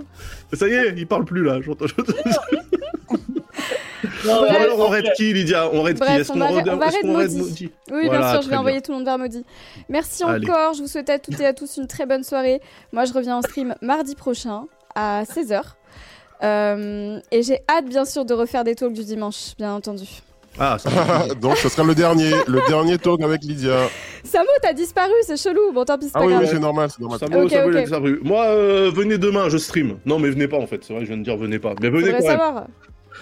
B: Ça y est, il parle plus, là. j'entends- j'entends-
A: Non,
C: Bref,
A: mais-
B: Alors, on raid qui, Lydia On raid qui
C: Bref,
B: Est-ce
C: on
B: qu'on
C: va-
B: raid-
C: on va
B: est-ce
C: raid
B: qu'on raid
C: maudit.
B: maudit
C: Oui, bien
B: Voilà,
C: sûr, je
B: très
C: vais
B: bien.
C: envoyer tout le monde vers Maudit. Merci
B: Allez.
C: encore, je vous souhaite à toutes et à tous une très bonne soirée. Moi, je reviens en stream mardi prochain à 16h. Euh, et j'ai hâte, bien sûr, de refaire des talks du dimanche, bien entendu.
B: Ah, ça va.
E: Donc, ce sera le dernier, le dernier talk avec Lydia.
C: Samo, t'as disparu, c'est chelou. Bon, tant pis, c'est
E: Ah
C: pas
E: oui,
C: grave.
E: oui, c'est normal, c'est normal.
B: Ça me-
C: Ok,
B: ça me-
C: ok.
B: ça me- Moi, euh, venez demain, je stream. Non, mais venez pas en fait. C'est vrai, que je viens de dire venez pas. Mais venez
C: Faudrait
B: quand même.
C: savoir.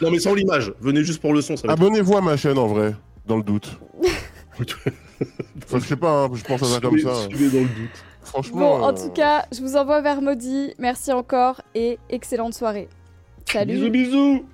B: Non, mais sans l'image. Venez juste pour le son. Ça va être-
E: Abonnez-vous à ma chaîne en vrai, dans le doute. Enfin, je sais pas, hein, je pense à ça comme
B: Suivez-
E: ça. hein.
B: suivez dans le doute.
E: Franchement.
C: Bon, en
E: euh,
C: tout cas, je vous envoie vers Maudit. Merci encore et excellente soirée. Salut.
B: Bisous, bisous.